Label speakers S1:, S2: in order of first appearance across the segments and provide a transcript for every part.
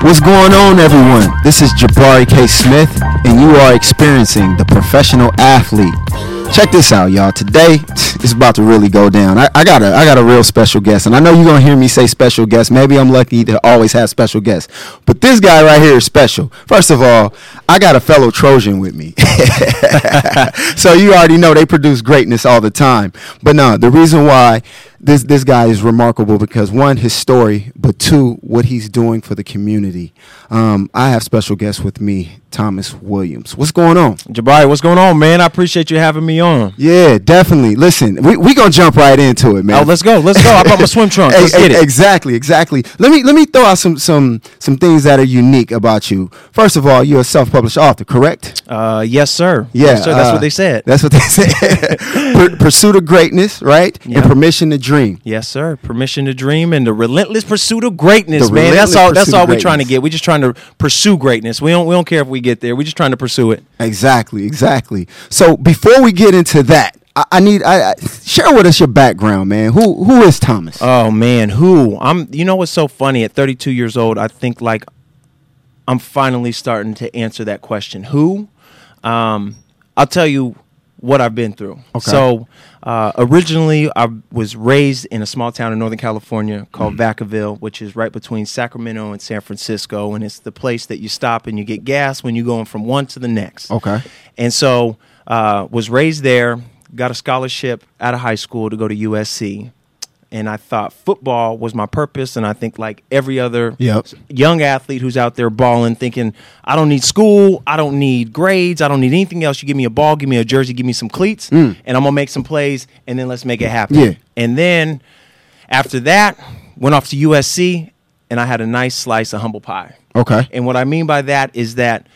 S1: What's going on, everyone? This is Jabari K. Smith, and you are experiencing the professional athlete. Check this out, y'all. Today it's about to really go down. I, I got a I got a real special guest, and I know you're gonna hear me say special guest. Maybe I'm lucky to always have special guests, but this guy right here is special. First of all, I got a fellow Trojan with me, so you already know they produce greatness all the time. But no, the reason why this this guy is remarkable because one, his story, but two, what he's doing for the community. Um, I have special guests with me, Thomas Williams. What's going on?
S2: Jabari, what's going on, man? I appreciate you having me on.
S1: Yeah, definitely. Listen, we we gonna jump right into it, man.
S2: Oh, let's go. Let's go. I brought my swim trunks. Let's
S1: E-
S2: get
S1: e-
S2: it.
S1: Exactly, exactly. Let me let me throw out some some some things that are unique about you. First of all, you're a self-published author, correct?
S2: Uh, yes, sir.
S1: Yeah,
S2: yes, sir. That's
S1: uh,
S2: what they said.
S1: That's what they said. Pur- pursuit of greatness, right?
S2: Yeah.
S1: And permission to dream.
S2: yes, sir. Permission to dream and the relentless pursuit of greatness,
S1: The
S2: man. That's
S1: relentless
S2: all.
S1: pursuit
S2: That's
S1: of
S2: all we're trying to
S1: greatness.
S2: get. We're just trying to pursue greatness. We don't. We don't care if we get there. We're just trying to pursue it.
S1: Exactly, exactly. So before we get into that, I, I need I, I share with us your background, man. Who who is Thomas?
S2: Oh man, who? I'm. You know what's so funny? At 32 years old, I think like I'm finally starting to answer that question. Who? Um, I'll tell you what I've been through.
S1: Okay.
S2: So uh, originally, I was raised in a small town in Northern California called
S1: Mm-hmm.
S2: Vacaville, which is right between Sacramento and San Francisco, and it's the place that you stop and you get gas when you're going from one to the next.
S1: Okay.
S2: And so uh, was raised there, got a scholarship out of high school to go to USC. And I thought football was my purpose. And I think like every other
S1: Yep.
S2: young athlete who's out there balling, thinking, I don't need school, I don't need grades, I don't need anything else. You give me a ball, give me a jersey, give me some cleats, and I'm gonna make some plays, and then let's make it happen.
S1: Mm. Yeah.
S2: And then after that, went off to USC, and I had a nice slice of humble pie.
S1: Okay.
S2: And what I mean by that is that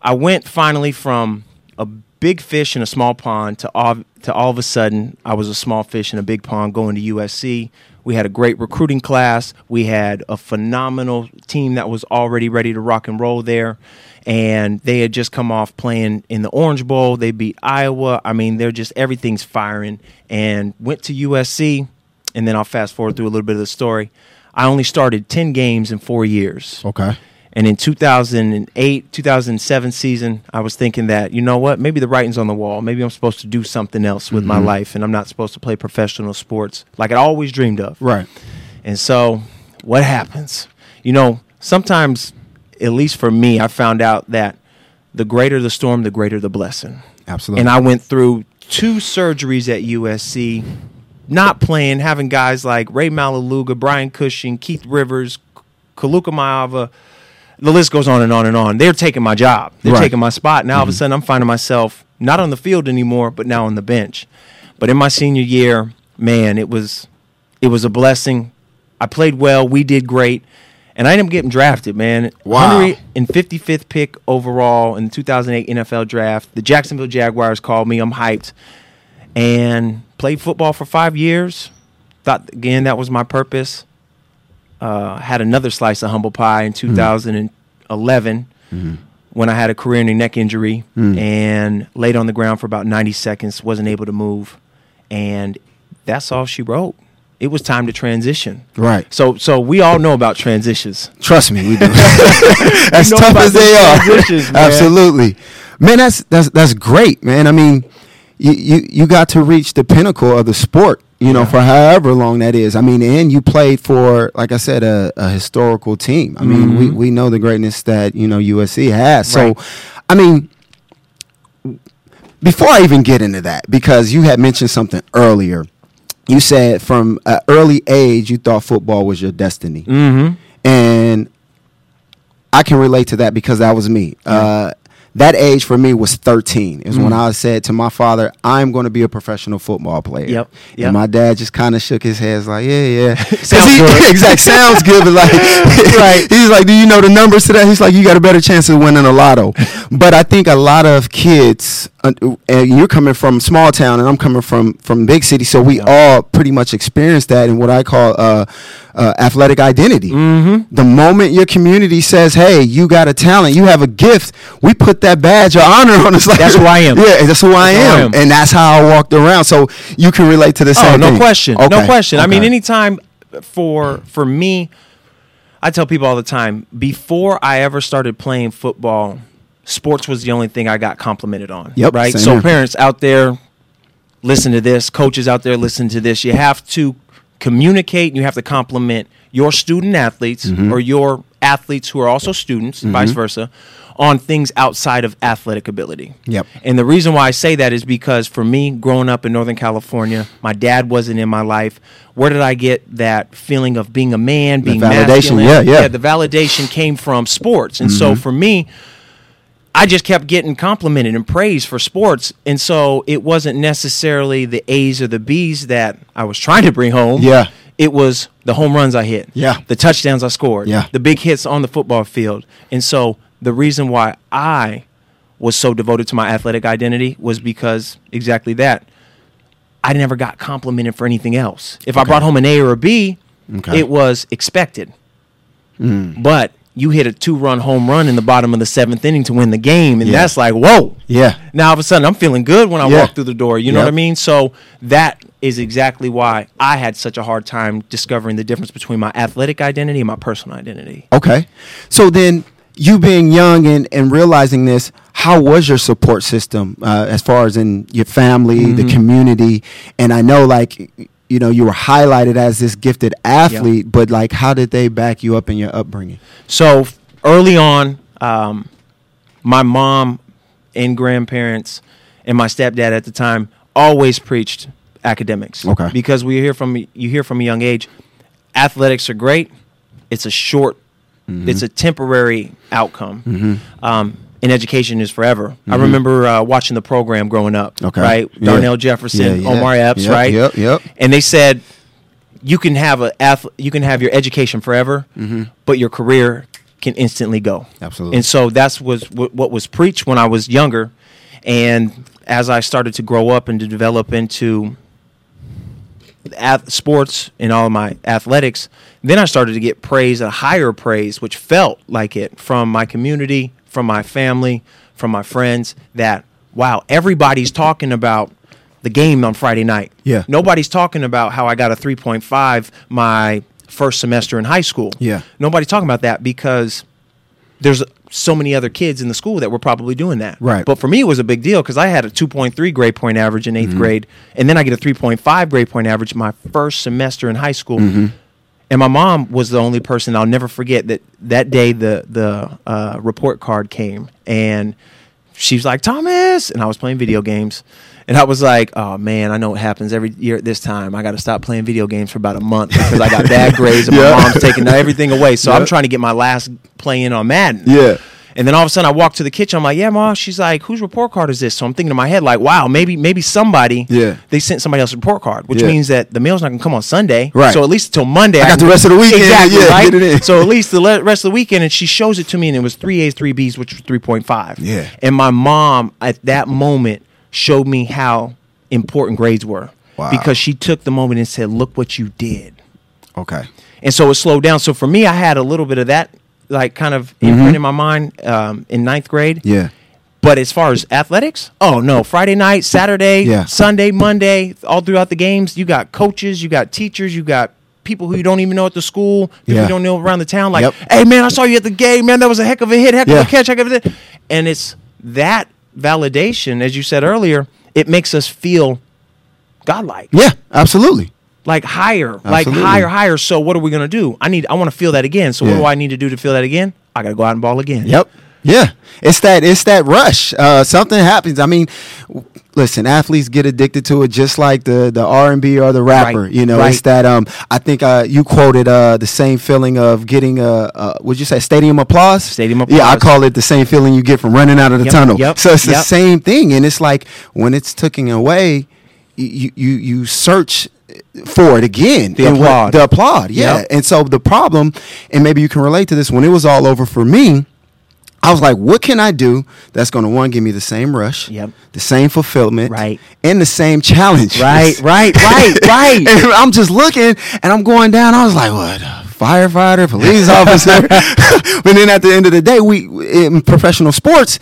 S2: I went finally from a big fish in a small pond to all, to all of a sudden I was a small fish in a big pond going to USC. We had a great recruiting class. We had a phenomenal team that was already ready to rock and roll there. And they had just come off playing in the Orange Bowl. They beat Iowa. I mean, they're just everything's firing. And went to USC. And then I'll fast forward through a little bit of the story. I only started 10 games in four years.
S1: Okay.
S2: And in 2008, 2007 season, I was thinking that, you know what, maybe the writing's on the wall. Maybe I'm supposed to do something else with my
S1: Mm-hmm.
S2: life and I'm not supposed to play professional sports like I always dreamed of.
S1: Right.
S2: And so, what happens? You know, sometimes, at least for me, I found out that the greater the storm, the greater the blessing.
S1: Absolutely.
S2: And I went through two surgeries at USC, not playing, having guys like Ray Malaluga, Brian Cushing, Keith Rivers, Kaluka Maava. The list goes on and on and on. They're taking my job. They're
S1: Right. Mm-hmm.
S2: taking my spot. Now all of a sudden I'm finding myself not on the field anymore, but now on the bench. But in my senior year, man, it was it was a blessing. I played well. We did great. And I ended up getting drafted, man.
S1: Wow.
S2: 100 and 55th pick overall in the 2008 NFL draft. The Jacksonville Jaguars called me. I'm hyped. And played football for five years. Thought, again, that was my purpose. Uh, had another slice of humble pie
S1: Hmm.
S2: in 2011
S1: Mm-hmm.
S2: when I had a career ending neck injury
S1: Hmm.
S2: and laid on the ground for about 90 seconds, wasn't able to move. And that's all she wrote. It was time to transition.
S1: Right.
S2: So, so we all know about transitions.
S1: Trust me, we do. as
S2: know
S1: tough
S2: about
S1: as they
S2: these
S1: are,
S2: transitions, man.
S1: absolutely, man. That's that's that's great, man. I mean, you you you got to reach the pinnacle of the sport, you know, for however long that is. I mean, and you played for, like I said, a, a historical team. I mean, we we know the greatness that you know USC has.
S2: Mm-hmm. Right.
S1: So, I mean, before I even get into that, because you had mentioned something earlier. You said from an early age you thought football was your destiny,
S2: Mm-hmm.
S1: and I can relate to that because that was me. Uh, that age for me was 13. Is
S2: Mm.
S1: when I said to my father, "I'm going to be a professional football player."
S2: Yep, yep.
S1: And my dad just kind of shook his head, like, "Yeah, yeah." 'Cause
S2: Sounds
S1: he,
S2: good.
S1: exact sounds good, but like, right? He's like, "Do you know the numbers to that?" He's like, "You got a better chance of winning a lotto." but I think a lot of kids, uh, and you're coming from small town, and I'm coming from from big city, so we all pretty much experience that in what I call uh, uh, athletic identity.
S2: Mm-hmm.
S1: The moment your community says, "Hey, you got a talent, you have a gift," we put that badge of honor on us. Like,
S2: That's who I am.
S1: Yeah, that's who I,
S2: That's who I
S1: am.
S2: am.
S1: and that's how I walked around. So you can relate to the same.
S2: Oh, no
S1: thing.
S2: question.
S1: Okay,
S2: No question. I mean,
S1: okay.
S2: anytime for for me, I tell people all the time before I ever started playing football, sports was the only thing I got complimented on.
S1: Yep,
S2: Right.
S1: same
S2: So
S1: here.
S2: parents out there, listen to this. Coaches out there, listen to this. You have to communicate. and You have to compliment your student athletes
S1: Mm-hmm.
S2: or your athletes who are also students, vice versa, on things outside of athletic ability.
S1: Yep.
S2: And the reason why I say that is because for me, growing up in Northern California, my dad wasn't in my life. Where did I get that feeling of being a man, being
S1: validation,
S2: masculine?
S1: yeah, Mm-hmm. yeah.
S2: The validation came from sports, and so for me, I just kept getting complimented and praised for sports, and so it wasn't necessarily the A's or the B's that I was trying to bring home.
S1: Yeah.
S2: It was the home runs I hit.
S1: Yeah.
S2: The touchdowns I scored.
S1: Yeah.
S2: The big hits on the football field. And so the reason why I was so devoted to my athletic identity was because exactly that. I never got complimented for anything else. If I brought home an A or a B,
S1: Okay. Hmm.
S2: it was expected. But you hit a two run home run in the bottom of the seventh inning to win the game. And
S1: Yeah.
S2: that's like, whoa.
S1: Yeah.
S2: Now all of a sudden I'm feeling good when I
S1: Yeah.
S2: walk through the door. You know
S1: Yep.
S2: what I mean? So that is exactly why I had such a hard time discovering the difference between my athletic identity and my personal identity.
S1: Okay. So then, you being young and, and realizing this, how was your support system uh, as far as in your family, the
S2: Mm-hmm.
S1: community? And I know, like, you know, you were highlighted as this gifted athlete, but like, how did they back you up in your upbringing?
S2: So f- early on, um, my mom and grandparents and my stepdad at the time always preached academics.
S1: Okay.
S2: Because we hear from you hear from a young age, athletics are great. It's a short,
S1: Mm-hmm.
S2: it's a temporary outcome. Um, and education is forever. I remember uh, watching the program growing up.
S1: Mm-hmm. Okay.
S2: Right.
S1: Yeah.
S2: Darnell Jefferson,
S1: Yeah, yeah.
S2: Omar Epps.
S1: Yep,
S2: right.
S1: yep, yep.
S2: And they said you can have a ath- you can have your education forever, but your career can instantly go.
S1: Absolutely.
S2: And so that's was what, what was preached when I was younger, and as I started to grow up and to develop into ath- sports and all my athletics, then I started to get praise, a higher praise, which felt like it from my community, from my family, from my friends. That wow, everybody's talking about the game on Friday night.
S1: Yeah.
S2: nobody's talking about how I got a three point five my first semester in high school.
S1: Yeah.
S2: nobody's talking about that because there's so many other kids in the school that were probably doing that.
S1: Right.
S2: But for me, it was a big deal because I had a 2.3 grade point average in 8th
S1: Mm-hmm.
S2: grade, and then I get a 3.5 grade point average my first semester in high school.
S1: Mm-hmm.
S2: And my mom was the only person I'll never forget that that day the the uh, report card came and she was like Thomas and I was playing video games and I was like oh man I know what happens every year at this time I got to stop playing video games for about a month because I got bad grades and my
S1: Yeah.
S2: mom's taking everything away so
S1: Yeah.
S2: I'm trying to get my last play in on Madden
S1: Yeah.
S2: and then all of a sudden, I walk to the kitchen. I'm like, "Yeah, mom." She's like, "Whose report card is this?" So I'm thinking in my head, like, "Wow, maybe maybe somebody
S1: Yeah.
S2: they sent somebody else a report card, which
S1: Yeah.
S2: means that the mail's not gonna come on Sunday,
S1: Right.
S2: So at least until Monday,
S1: got the rest of the weekend.
S2: exactly
S1: Yeah,
S2: right.
S1: get it in.
S2: So at least the le- rest of the weekend, and she shows it to me, and it was three A's, three B's, which was three point five.
S1: Yeah.
S2: and my mom at that moment showed me how important grades were
S1: Wow.
S2: because she took the moment and said, "Look what you did."
S1: Okay.
S2: and so it slowed down. So for me, I had a little bit of that, like kind of imprint in my mind um, in ninth grade.
S1: Mm-hmm. Yeah.
S2: But as far as athletics, oh no, Friday night, Saturday,
S1: Yeah.
S2: Sunday, Monday, all throughout the games, you got coaches, you got teachers, you got people who you don't even know at the school, people
S1: Yeah.
S2: you don't know around the town. Like,
S1: Yep.
S2: hey man, I saw you at the game, man. That was a heck of a hit, heck
S1: Yeah.
S2: of a catch, heck of a. thi-" And it's that validation, as you said earlier, it makes us feel godlike
S1: Yeah. Absolutely.
S2: like higher, like
S1: Absolutely.
S2: higher, higher. So what are we gonna do? I need, I want to feel that again. So
S1: Yeah.
S2: what do I need to do to feel that again? I gotta go out and ball again.
S1: Yep. Yeah. It's that it's that rush. Uh, something happens. I mean, w- listen, athletes get addicted to it just like the the R&B or the rapper,
S2: Right.
S1: you know. It's
S2: Right.
S1: that um I think uh you quoted uh the same feeling of getting a uh, would you say stadium applause?
S2: Stadium
S1: Yeah, I
S2: applause.
S1: call it the same feeling you get from running out of the
S2: Yep,
S1: tunnel.
S2: yep,
S1: So it's the
S2: yep.
S1: same thing and it's like when it's taken away, you you you search for it again.
S2: The
S1: And what-
S2: applaud.
S1: The applaud. Yeah.
S2: Yep.
S1: And so the problem, and maybe you can relate to this, when it was all over for me, I was like, what can I do that's going to one give me the same rush,
S2: Yep.
S1: the same fulfillment,
S2: Right.
S1: and the same challenge,
S2: Right, right, right, right.
S1: and I'm just looking, and I'm going down. I was like, what? Firefighter, police officer. but then at the end of the day, we in professional sports.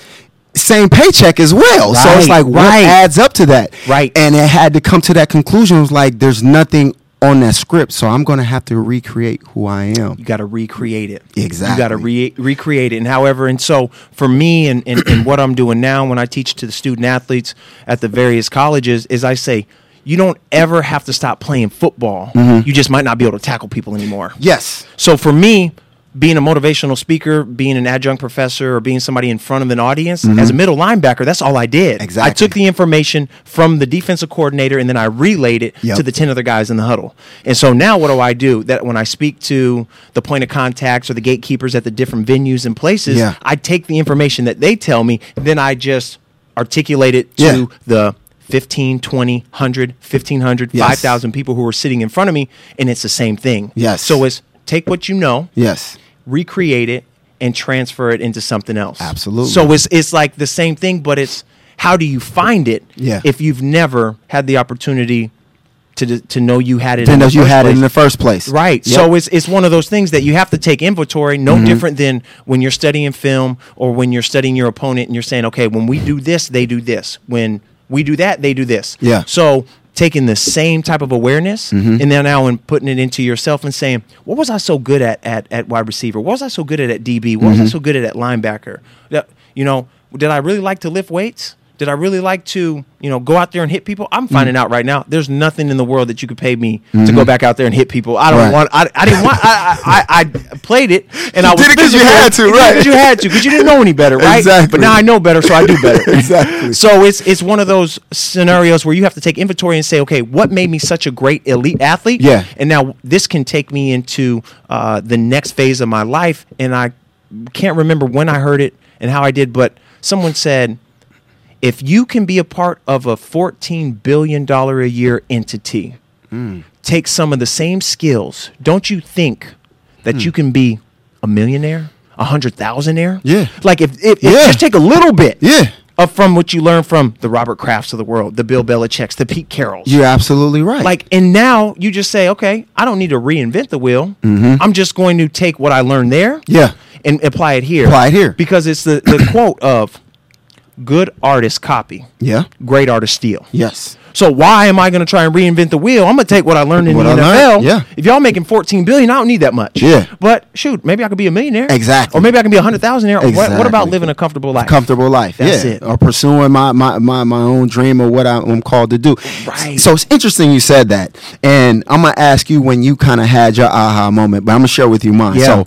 S1: Same paycheck as well, so it's
S2: Right,
S1: like what
S2: right.
S1: adds up to that,
S2: Right.
S1: And it had to come to that conclusion. It was like there's nothing on that script, so I'm gonna have to recreate who I am.
S2: you got to recreate it. You got to
S1: Exactly.
S2: re- recreate it. And however, and so for me and, and, and what I'm doing now when I teach to the student athletes at the various colleges is I say, you don't ever have to stop playing football.
S1: Mm-hmm.
S2: You just might not be able to tackle people anymore.
S1: Yes.
S2: So for me, being a motivational speaker, being an adjunct professor, or being somebody in front of an audience as a middle linebacker, that's all I did. I
S1: Mm-hmm. Exactly.
S2: took the information from the defensive coordinator and then I relayed it
S1: Yep.
S2: to the 10 other guys in the huddle. And so now what do I do? That when I speak to the point of contacts or the gatekeepers at the different venues and places,
S1: Yeah.
S2: I take the information that they tell me, then I just articulate it to
S1: Yeah.
S2: the 15, 20, 100, 1500,
S1: Yes.
S2: 5000 people who are sitting in front of me, and it's the same thing.
S1: Yes.
S2: So it's take what you know,
S1: Yes.
S2: recreate it, and transfer it into something else.
S1: Absolutely.
S2: So it's it's like the same thing, but it's how do you find it
S1: Yeah.
S2: if you've never had the opportunity to d- to know you had it?
S1: Then
S2: in the
S1: that you
S2: first
S1: had it in
S2: place?
S1: the first place.
S2: Right.
S1: Yep. Mm-hmm.
S2: So it's it's one of those things that you have to take inventory, no different than when you're studying film or when you're studying your opponent and you're saying, okay, when we do this, they do this. When we do that, they do this.
S1: Yeah.
S2: So taking the same type of awareness
S1: Mm-hmm.
S2: and then now and putting it into yourself and saying, what was I so good at at, at wide receiver? What was I so good at at DB? What
S1: Mm-hmm.
S2: was I so good at at linebacker? That- you know, did I really like to lift weights? Did I really like to, you know, go out there and hit people? I'm finding
S1: Mm.
S2: out right now. There's nothing in the world that you could pay me to go back out there and hit people. I don't
S1: Mm-hmm. Right.
S2: want. I, I didn't want. I, I, I I played it and I was
S1: did it 'cause you
S2: physical.
S1: had to,
S2: You did it
S1: right.
S2: 'cause you had to because you didn't know any better, right?
S1: Exactly.
S2: But now I know better, so I do better.
S1: Exactly.
S2: So it's it's one of those scenarios where you have to take inventory and say, okay, what made me such a great elite athlete?
S1: Yeah.
S2: And now this can take me into uh, the next phase of my life, and I can't remember when I heard it and how I did, but someone said. If you can be a part of a $14 billion a year entity,
S1: Hmm.
S2: take some of the same skills, don't you think that
S1: Hmm.
S2: you can be a millionaire, a hundred thousandaire?
S1: Yeah.
S2: Like if, if, if
S1: Yeah.
S2: just take a little bit
S1: Yeah.
S2: of from what you learn from the Robert Crafts of the world, the Bill Belichick's, the Pete Carrolls.
S1: You're absolutely right.
S2: Like, and now you just say, okay, I don't need to reinvent the wheel. I'm just going to take what I learned there
S1: Mm-hmm. Yeah.
S2: and apply it here.
S1: Apply it here.
S2: Because it's the, the quote of good artists copy,
S1: Yeah.
S2: great artists steal.
S1: Yes.
S2: So why am I going to try and reinvent the wheel? I'm going to take what I learned in
S1: What
S2: the
S1: I
S2: NFL.
S1: learned, yeah.
S2: If y'all making 14 billion, I don't need that much.
S1: Yeah.
S2: But shoot, maybe I could be a millionaire.
S1: Exactly.
S2: Or maybe I can be a hundred thousand there. What, what about
S1: Exactly.
S2: living a comfortable life?
S1: Comfortable life.
S2: That's
S1: yeah.
S2: it.
S1: Or pursuing my, my, my, my own dream or what I- I'm called to do.
S2: Right.
S1: So it's interesting you said that. And I'm going to ask you when you kind of had your aha moment, but I'm going to share with you mine.
S2: Yeah.
S1: So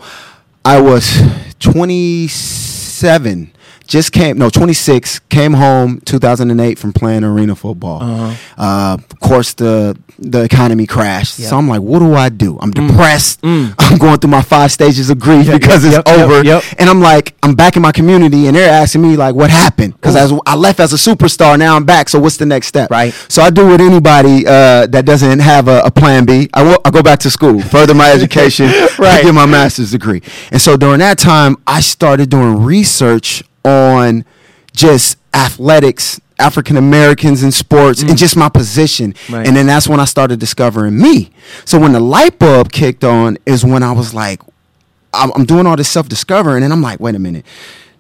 S1: I was 27. Just came no 26 came home 2008 from playing arena football. uh
S2: Uh-huh.
S1: of course the the economy crashed.
S2: Yeah.
S1: So I'm like, what do I do? I'm depressed. I'm going through my five stages of grief because it's
S2: Mm. yep, yep,
S1: over.
S2: yep.
S1: And I'm like, I'm back in my community, and they're asking me like, what happened? Because as I left as a superstar, now I'm back. So what's the next step?
S2: Right.
S1: So I do what anybody uh, that doesn't have a, a plan B. I wo- I go back to school, further my education,
S2: Right.
S1: I get my master's degree. And so during that time, I started doing research on just athletics. African Americans in sports and just my position.
S2: Mm. Right.
S1: And then that's when I started discovering me. So when the light bulb kicked on is when I was like, I'm, I'm doing all this self discovering, and I'm like, wait a minute.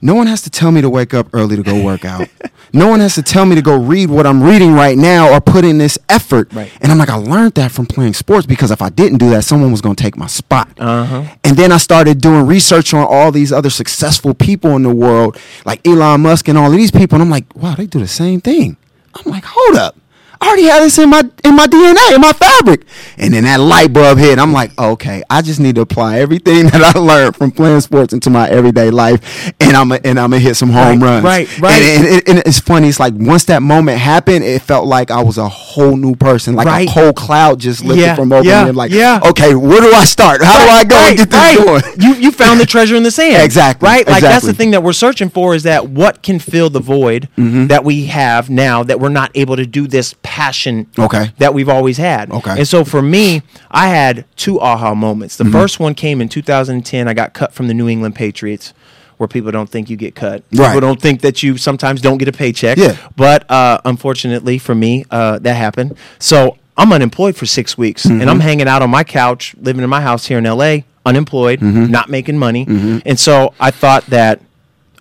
S1: No one has to tell me to wake up early to go work out. no one has to tell me to go read what I'm reading right now or put in this effort.
S2: Right.
S1: And I'm like, I learned that from playing sports because if I didn't do that, someone was going to take my spot. And then I started doing research on all these other successful people in the world, like Elon Musk and all of these people. And I'm like, wow, they do the same thing. I'm like, hold up. I already had this in my in my DNA, in my fabric. And then that light bulb hit. I'm like, okay, I just need to apply everything that I learned from playing sports into my everyday life, and I'm a, and I'm gonna hit some home
S2: Right,
S1: runs.
S2: right, right.
S1: And, and, and it's funny. It's like once that moment happened, it felt like I was a whole new person, like
S2: Right.
S1: a whole cloud just lifted
S2: Yeah,
S1: from over
S2: yeah,
S1: me. I'm like,
S2: yeah.
S1: okay, where do I start? How
S2: Right,
S1: do I go
S2: right,
S1: and get this
S2: right.
S1: going?
S2: You you found the treasure in the sand.
S1: Exactly,
S2: Right? Like that's the
S1: exactly.
S2: thing that we're searching for is that what can fill the void
S1: Mm-hmm.
S2: that we have now that we're not able to do this passion
S1: Okay.
S2: that we've always had.
S1: Okay. Mm-hmm.
S2: And so for me, I had two aha moments. The first one came in 2010. I got cut from the New England Patriots. Where people don't think you get cut,
S1: Right.
S2: people don't think that you sometimes don't get a paycheck.
S1: Yeah.
S2: But uh, unfortunately for me, uh, that happened. So I'm unemployed for six weeks and I'm hanging out on my couch, living in my house here in LA, unemployed, not making money. And so I thought that,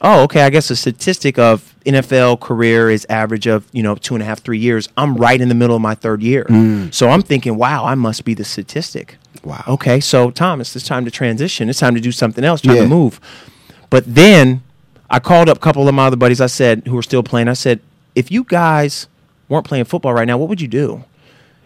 S2: oh, okay, I guess the statistic of NFL career is average of you know two and a half three years. I'm right in the middle of my third year, so I'm thinking, wow, I must be the statistic.
S1: Wow.
S2: Okay, so Thomas, it's time to transition. It's time to do something else. Time
S1: Yeah.
S2: to move. But then I called up a couple of my other buddies. I said who were still playing. I said, if you guys weren't playing football right now, what would you do?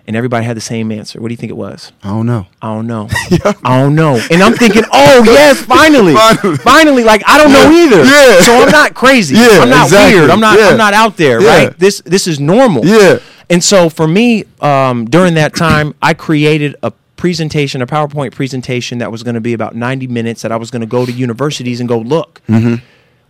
S2: And everybody had the same answer. What do you think it was?
S1: I don't know.
S2: I don't know. I don't know. And I'm thinking, oh yes, finally,
S1: Finally.
S2: finally, like I don't know either.
S1: Yeah.
S2: So I'm not crazy.
S1: Yeah,
S2: I'm not
S1: exactly.
S2: weird. I'm not.
S1: Yeah.
S2: I'm not out there.
S1: Yeah.
S2: Right. This this is normal.
S1: Yeah.
S2: And so for me, um, during that time, I created a presentation, a PowerPoint presentation that was going to be about 90 minutes. That I was going to go to universities and go look.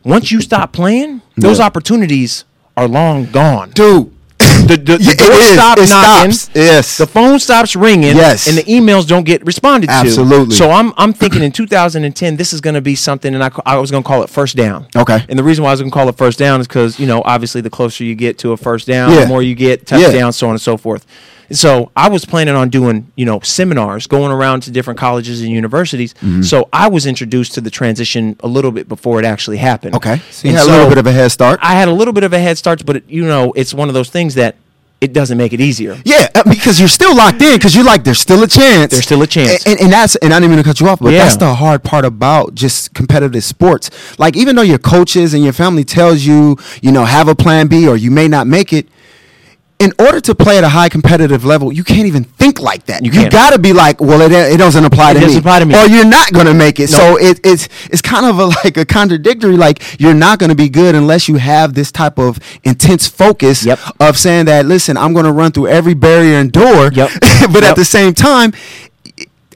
S2: Once you stop playing, those
S1: Mm-hmm. Yeah.
S2: opportunities are long gone.
S1: Dude.
S2: The, the, the
S1: Yeah, it
S2: door
S1: is.
S2: stopped
S1: It
S2: knocking.
S1: stops. Yes.
S2: The phone stops ringing.
S1: Yes.
S2: And the emails don't get responded to.
S1: Absolutely.
S2: So I'm I'm thinking in 2010 this is going to be something, and I, ca- I was going to call it first down.
S1: Okay.
S2: And the reason why I was going to call it first down is because you know obviously the closer you get to a first down,
S1: Yeah.
S2: the more you get touchdowns, so on and so forth. So I was planning on doing you know seminars, going around to different colleges and universities.
S1: Mm-hmm.
S2: So I was introduced to the transition a little bit before it actually happened.
S1: Okay. So you
S2: And
S1: had a little
S2: so-
S1: bit of a head start.
S2: I had a little bit of a head start, but it, you know, it's one of those things that it doesn't make it easier.
S1: Yeah, uh, because you're still locked in because you're like there's still a chance.
S2: There's still a chance.
S1: A- And, and that's and I didn't mean to cut you off, but
S2: Yeah.
S1: that's the hard part about just competitive sports. Like even though your coaches and your family tells you, you know, have a plan B or you may not make it, in order to play at a high competitive level, you can't even think like that. You,
S2: can't.
S1: got to be like, well, it, it doesn't apply to me,
S2: doesn't apply to me.
S1: or you're not gonna make it.
S2: No.
S1: So it, it's it's kind of a, like a contradictory. Like you're not gonna be good unless you have this type of intense focus
S2: Yep.
S1: of saying that. Listen, I'm gonna run through every barrier and door.
S2: Yep.
S1: but at
S2: Yep.
S1: the same time.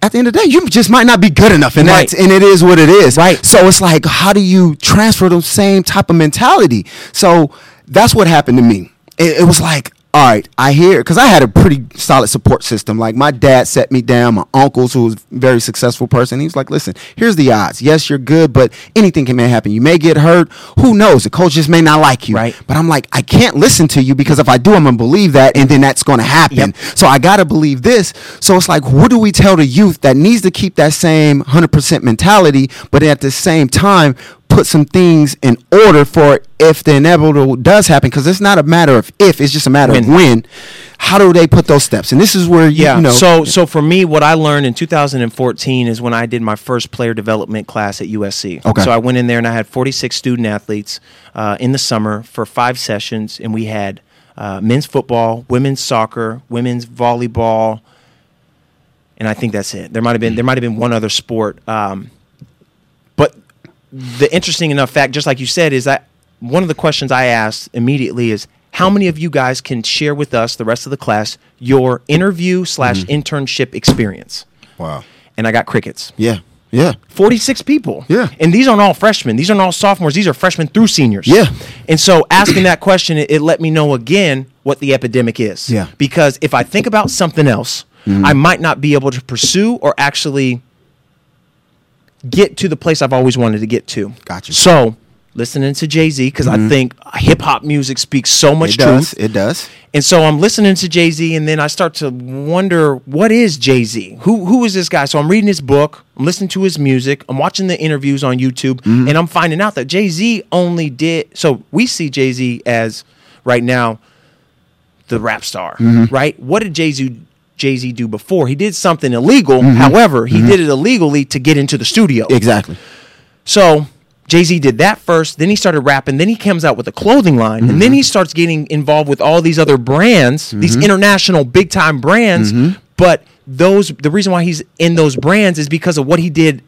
S1: At the end of the day, you just might not be good enough, and
S2: Right.
S1: that's and it is what it is.
S2: Right.
S1: So it's like, how do you transfer those same type of mentality? So that's what happened to me. It, it was like, all right, I hear, because I had a pretty solid support system. Like my dad set me down, my uncles, who was a very successful person, he was like, listen, here's the odds. Yes, you're good, but anything can may happen. You may get hurt. Who knows? The coach just may not like you.
S2: Right.
S1: But I'm like, I can't listen to you because if I do, I'm gonna believe that, and then that's gonna happen.
S2: Yep.
S1: So I gotta believe this. So it's like, what do we tell the youth that needs to keep that same 100% mentality, but at the same time, put some things in order for if the inevitable does happen? Because it's not a matter of if, it's just a matter of
S2: When.
S1: when. How do they put those steps? And this is where you,
S2: Yeah.
S1: you know,
S2: so so for me, what I learned in 2014 is when I did my first player development class at USC.
S1: Okay.
S2: So I went in there and I had 46 student athletes uh, in the summer for five sessions, and we had uh, men's football, women's soccer, women's volleyball, and I think that's it. There might have been there might have been one other sport, um, but the interesting enough fact, just like you said, is that one of the questions I asked immediately is how many of you guys can share with us the rest of the class your interview slash internship experience?
S1: wow,
S2: And I got crickets.
S1: yeah, yeah,
S2: 46 people.
S1: Yeah.
S2: And these aren't all freshmen. These aren't all sophomores. These are freshmen through seniors.
S1: Yeah.
S2: And so asking that question, it, it let me know again what the epidemic is.
S1: Yeah. Mm-hmm.
S2: Because if I think about something else, I might not be able to pursue or actually get to the place I've always wanted to get to.
S1: Gotcha. Mm-hmm.
S2: So listening to Jay Z, because I think hip hop music speaks so much
S1: it does,
S2: truth.
S1: it does.
S2: And so I'm listening to Jay Z, and then I start to wonder what is Jay Z? Who who is this guy? So I'm reading his book, I'm listening to his music, I'm watching the interviews on YouTube, and I'm finding out that Jay Z only did. So we see Jay Z as right now the rap star, right? What did Jay Z Jay Z do before? He did something illegal. However, he did it illegally to get into the studio.
S1: Exactly.
S2: So Jay Z did that first. Then he started rapping. Then he comes out with a clothing line, and
S1: Mm-hmm.
S2: then he starts getting involved with all these other brands, these international big time brands.
S1: Mm-hmm.
S2: But those, the reason why he's in those brands is because of what he did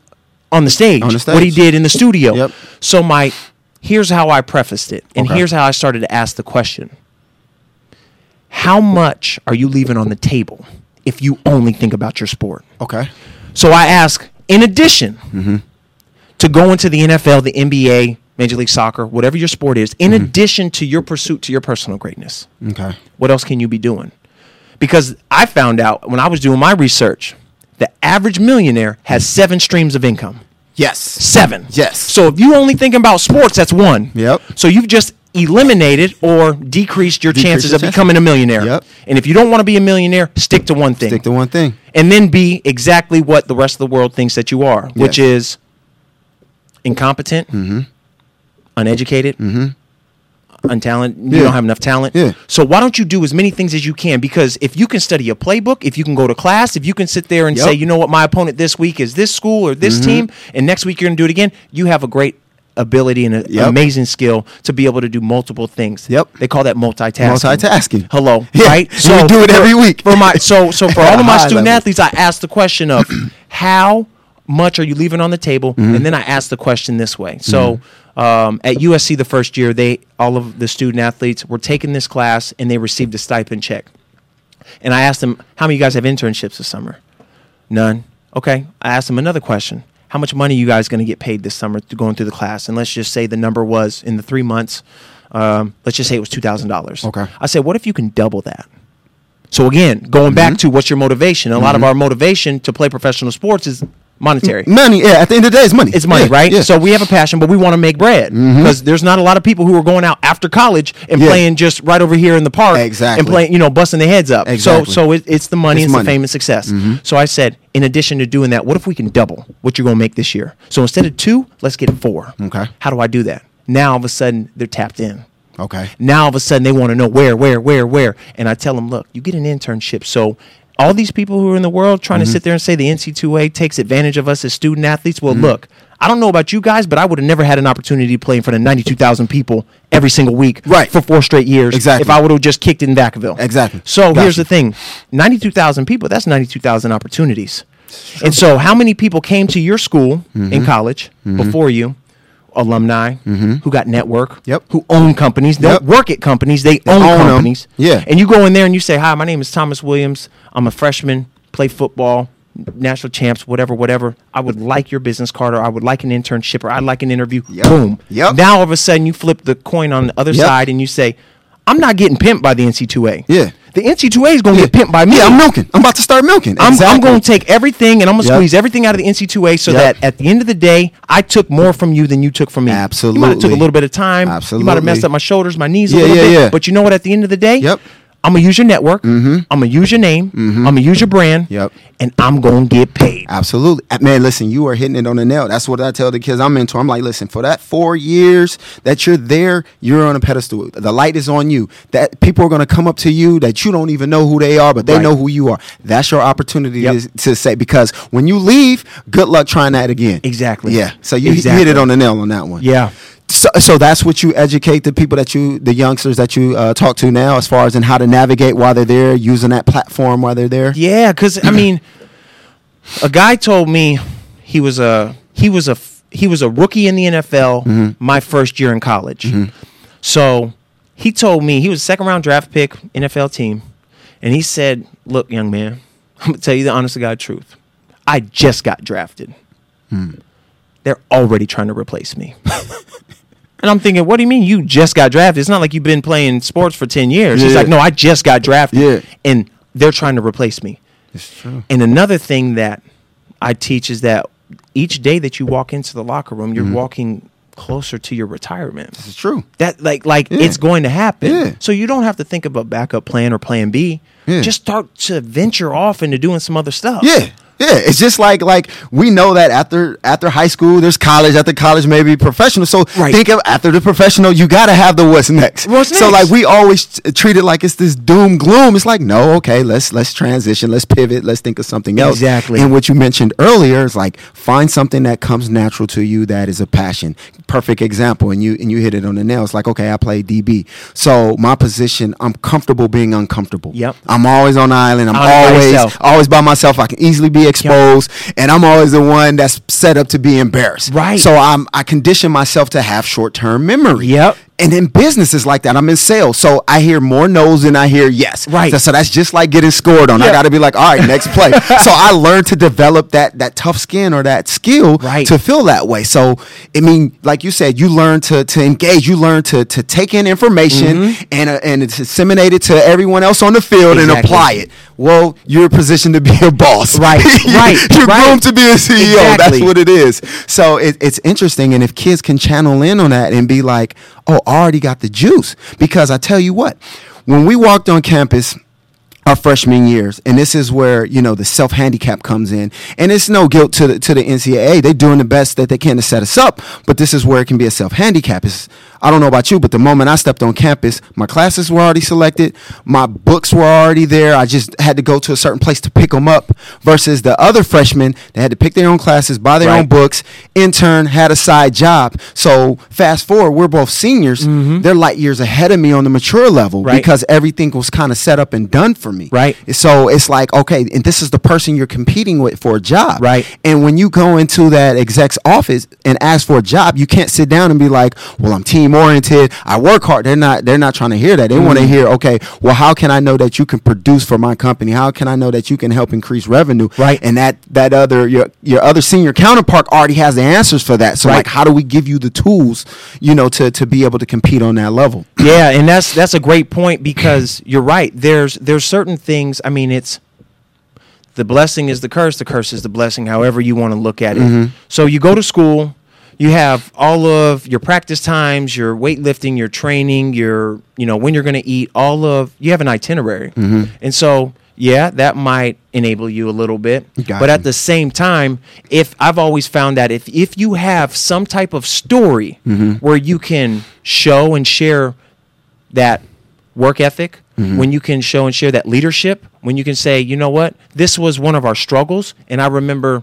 S2: on the stage,
S1: On the
S2: what he
S1: stage.
S2: did in the studio.
S1: Yep.
S2: So my, here's how I prefaced it, and
S1: Okay.
S2: here's how I started to ask the question: How much are you leaving on the table if you only think about your sport?
S1: Okay.
S2: So I ask, in addition
S1: Mm-hmm.
S2: to going to the NFL, the NBA, Major League Soccer, whatever your sport is, in
S1: Mm-hmm.
S2: addition to your pursuit to your personal greatness,
S1: Okay.
S2: what else can you be doing? Because I found out when I was doing my research, the average millionaire has seven streams of income.
S1: Yes.
S2: Seven.
S1: Yes.
S2: So if you only thinking about sports, that's one.
S1: Yep.
S2: So you've just eliminated or decreased your
S1: Decreased
S2: chances
S1: your
S2: of
S1: chances.
S2: becoming a millionaire.
S1: Yep.
S2: And if you don't want to be a millionaire, stick to one thing
S1: Stick to one thing.
S2: and then be exactly what the rest of the world thinks that you are, which
S1: Yes. Mm-hmm.
S2: is incompetent, uneducated, untalented. You
S1: Yeah.
S2: don't have enough talent.
S1: Yeah.
S2: So why don't you do as many things as you can? Because if you can study a playbook, if you can go to class, if you can sit there and
S1: Yep. Mm-hmm.
S2: say, you know what, my opponent this week is this school or this team, and next week you're going to do it again, you have a great ability and an
S1: Yep.
S2: amazing skill to be able to do multiple things.
S1: Yep.
S2: They call that multitasking.
S1: Multitasking.
S2: Hello.
S1: Yeah.
S2: Right.
S1: You do it
S2: for-
S1: every week.
S2: for my so so for
S1: At
S2: all
S1: a
S2: of
S1: high
S2: my student
S1: level.
S2: athletes athletes, I asked the question of how much are you leaving on the table,
S1: Mm-hmm.
S2: and then I asked the question this way. So um, at USC the first year, they all of the student athletes were taking this class and they received a stipend check. And I asked them, "How many of you guys have internships this summer?" None. Okay. I asked them another question. How much money you guys going to get paid this summer th- going through the class? And let's just say the number was in the three months. Um, let's just say it was two thousand dollars.
S1: Okay.
S2: I said, what if you can double that? So again, going back
S1: Mm-hmm.
S2: to what's your motivation? A lot of our motivation to play professional sports is monetary.
S1: Money, yeah. At the end of the day, it's money.
S2: It's money,
S1: Mm-hmm. Yeah,
S2: right?
S1: Yeah. Mm-hmm.
S2: So we have a passion, but we want to make bread because there's not a lot of people who are going out after college and
S1: Yeah.
S2: playing just right over here in the park,
S1: Exactly.
S2: and playing, you know, busting their heads up.
S1: Exactly.
S2: So, so it, it's the money,
S1: It's
S2: it's,
S1: money. Mm-hmm.
S2: the fame and success. So I said, in addition to doing that, what if we can double what you're going to make this year? So instead of two, let's get four.
S1: Okay.
S2: How do I do that? Now all of a sudden they're tapped in.
S1: okay.
S2: Now all of a sudden they want to know where, where, where, where. And I tell them, look, you get an internship. So all these people who are in the world trying
S1: Mm-hmm.
S2: to sit there and say the NC2A takes advantage of us as student athletes. Well,
S1: Mm-hmm.
S2: look, I don't know about you guys, but I would have never had an opportunity to play in front of 92,000 people every single week
S1: Right.
S2: for four straight years
S1: Exactly.
S2: if I would have just kicked it in Vacaville.
S1: Exactly.
S2: So here's
S1: Gotcha.
S2: the thing 92,000 people, that's 92,000 opportunities. And so how many people came to your school
S1: Mm-hmm.
S2: in college before you? Alumni who got network,
S1: Yep.
S2: who own companies, they
S1: Yep.
S2: don't work at companies, they own,
S1: own 'em.
S2: companies.
S1: Yeah.
S2: And you go in there and you say, Hi, my name is Thomas Williams. I'm a freshman, play football, national champs, whatever, whatever. I would like your business card or I would like an internship or I'd like an interview.
S1: Yep.
S2: Boom.
S1: Yep.
S2: Now all of a sudden you flip the coin on the other
S1: Yep.
S2: side and you say, I'm not getting pimped by the NC2A.
S1: Yeah.
S2: The NC2A is going to get pimped by me.
S1: Yeah, I'm milking. I'm about to start milking.
S2: I'm, I'm
S1: Exactly.
S2: going to take everything and I'm going to
S1: Yep.
S2: squeeze everything out of the NC2A so
S1: Yep.
S2: that at the end of the day, I took more from you than you took from me. You might have took
S1: Absolutely.
S2: a little bit of time. You might
S1: Absolutely.
S2: have messed up my shoulders, my knees
S1: Yeah,
S2: a little
S1: yeah,
S2: bit.
S1: yeah.
S2: But you know what? At the end of the day,
S1: Yep. Mm-hmm.
S2: I'm going to use your network. I'm going to use your name. I'm going to use your brand.
S1: Yep.
S2: And I'm going to get paid.
S1: Absolutely. Uh, Man, listen, you are hitting it on the nail. That's what I tell the kids I'm into. I'm like, listen, for that four years that you're there, you're on a pedestal. The light is on you. That people are going to come up to you that you don't even know who they are, but they
S2: Right.
S1: know who you are. That's your opportunity
S2: Yep.
S1: to, to say, because when you leave, good luck trying that again.
S2: Exactly.
S1: Yeah. So you, you
S2: Exactly.
S1: hit it on the nail on that one.
S2: Yeah.
S1: So, so that's what you educate the people that you, the youngsters that you uh, talk to now, as far as in how to navigate while they're there, using that platform while they're there.
S2: Yeah, because I mean, a guy told me he was a he was a f- he was a rookie in the NFL my first year in college. So he told me he was a second round draft pick NFL team, and he said, "Look, young man, I'm gonna tell you the honest to God truth. I just got drafted. They're already trying to replace me." And I'm thinking, what do you mean you just got drafted? It's not like you've been playing sports for 10 years. He's
S1: Yeah.
S2: like, no, I just got drafted.
S1: Yeah.
S2: And they're trying to replace me.
S1: It's true.
S2: And another thing that I teach is that each day that you walk into the locker room,
S1: Mm-hmm.
S2: you're walking closer to your retirement.
S1: It's true.
S2: That like like
S1: Yeah.
S2: it's going to happen.
S1: Yeah.
S2: So you don't have to think about backup plan or plan B.
S1: Yeah.
S2: Just start to venture off into doing some other stuff.
S1: Yeah. Yeah, it's just like like we know that after after high school, there's college. After college, maybe professional. So
S2: Right.
S1: think of after the professional, you gotta have the what's next.
S2: What's
S1: So
S2: next?
S1: like we always t- treat it like it's this doom gloom. It's like no, okay, let's let's transition, let's pivot, let's think of something else.
S2: Exactly.
S1: And what you mentioned earlier is like find something that comes natural to you that is a passion. Perfect example, and you and you hit it on the nail. It's like okay, I play DB, so my position, I'm comfortable being uncomfortable.
S2: Yep.
S1: I'm always on the island. I'm
S2: Out by
S1: always
S2: yourself.
S1: always by myself. I can easily be exposed, and I'm always the one that's set up to be embarrassed.
S2: Right.
S1: So I'm I condition myself to have short term memory.
S2: Yep.
S1: And in business is like that. I'm in sales, so I hear more no's than I hear yes.
S2: Right.
S1: So, so that's just like getting scored on. I
S2: Yeah.
S1: got to be like, all right, next play. so I learned to develop that that tough skin or that skill
S2: Right.
S1: to feel that way. So I mean, like you said, you learn to to engage. You learn to to take in information and uh, and disseminate it to everyone else on the field and
S2: Mm-hmm. Exactly.
S1: apply it well, you're positioned to be a boss.
S2: Right,
S1: You-
S2: right,
S1: You're
S2: right.
S1: groomed to be a CEO. That's
S2: Exactly.
S1: what it is. So it, it's interesting. And if kids can channel in on that and be like, oh, I already got the juice. Because I tell you what, when we walked on campus, our freshman years, and this is where you know the self handicap comes in. And it's no guilt to the to the NCAA; they're doing the best that they can to set us up. But this is where it can be a self handicap. It's I don't know about you, but the moment I stepped on campus, my classes were already selected, my books were already there. I just had to go to a certain place to pick them up. Versus the other freshmen, they had to pick their own classes, buy their own
S2: Right.
S1: books, intern, had a side job. So fast forward, we're both seniors; they're light years ahead of me on the mature level
S2: Right.
S1: because everything was kind of set up and done for me.
S2: Right.
S1: So it's like, okay, and this is the person you're competing with for a job.
S2: Right.
S1: And when you go into that exec's office and ask for a job, you can't sit down and be like, well, I'm team oriented. I work hard. They're not, they're not trying to hear that. They
S2: Mm-hmm.
S1: want to hear, okay, well, how can I know that you can produce for my company? How can I know that you can help increase revenue?
S2: Right.
S1: And that, that other, your, your other senior counterpart already has the answers for that. So
S2: Right.
S1: like, how do we give you the tools, you know, to, to be able to compete on that level?
S2: yeah and that's that's a great point because you're right there's there's certain things i mean it's the blessing is the curse the curse is the blessing however you want to look at it
S1: Mm-hmm.
S2: so you go to school you have all of your practice times your weightlifting your training your you know when you're going to eat all of you have an itinerary
S1: Mm-hmm.
S2: and so yeah that might enable you a little bit
S1: Got
S2: but
S1: you.
S2: at the same time if i've always found that if if you have some type of story
S1: Mm-hmm.
S2: where you can show and share that work ethic, when you can show and share that leadership, when you can say, you know what, this was one of our struggles, and I remember,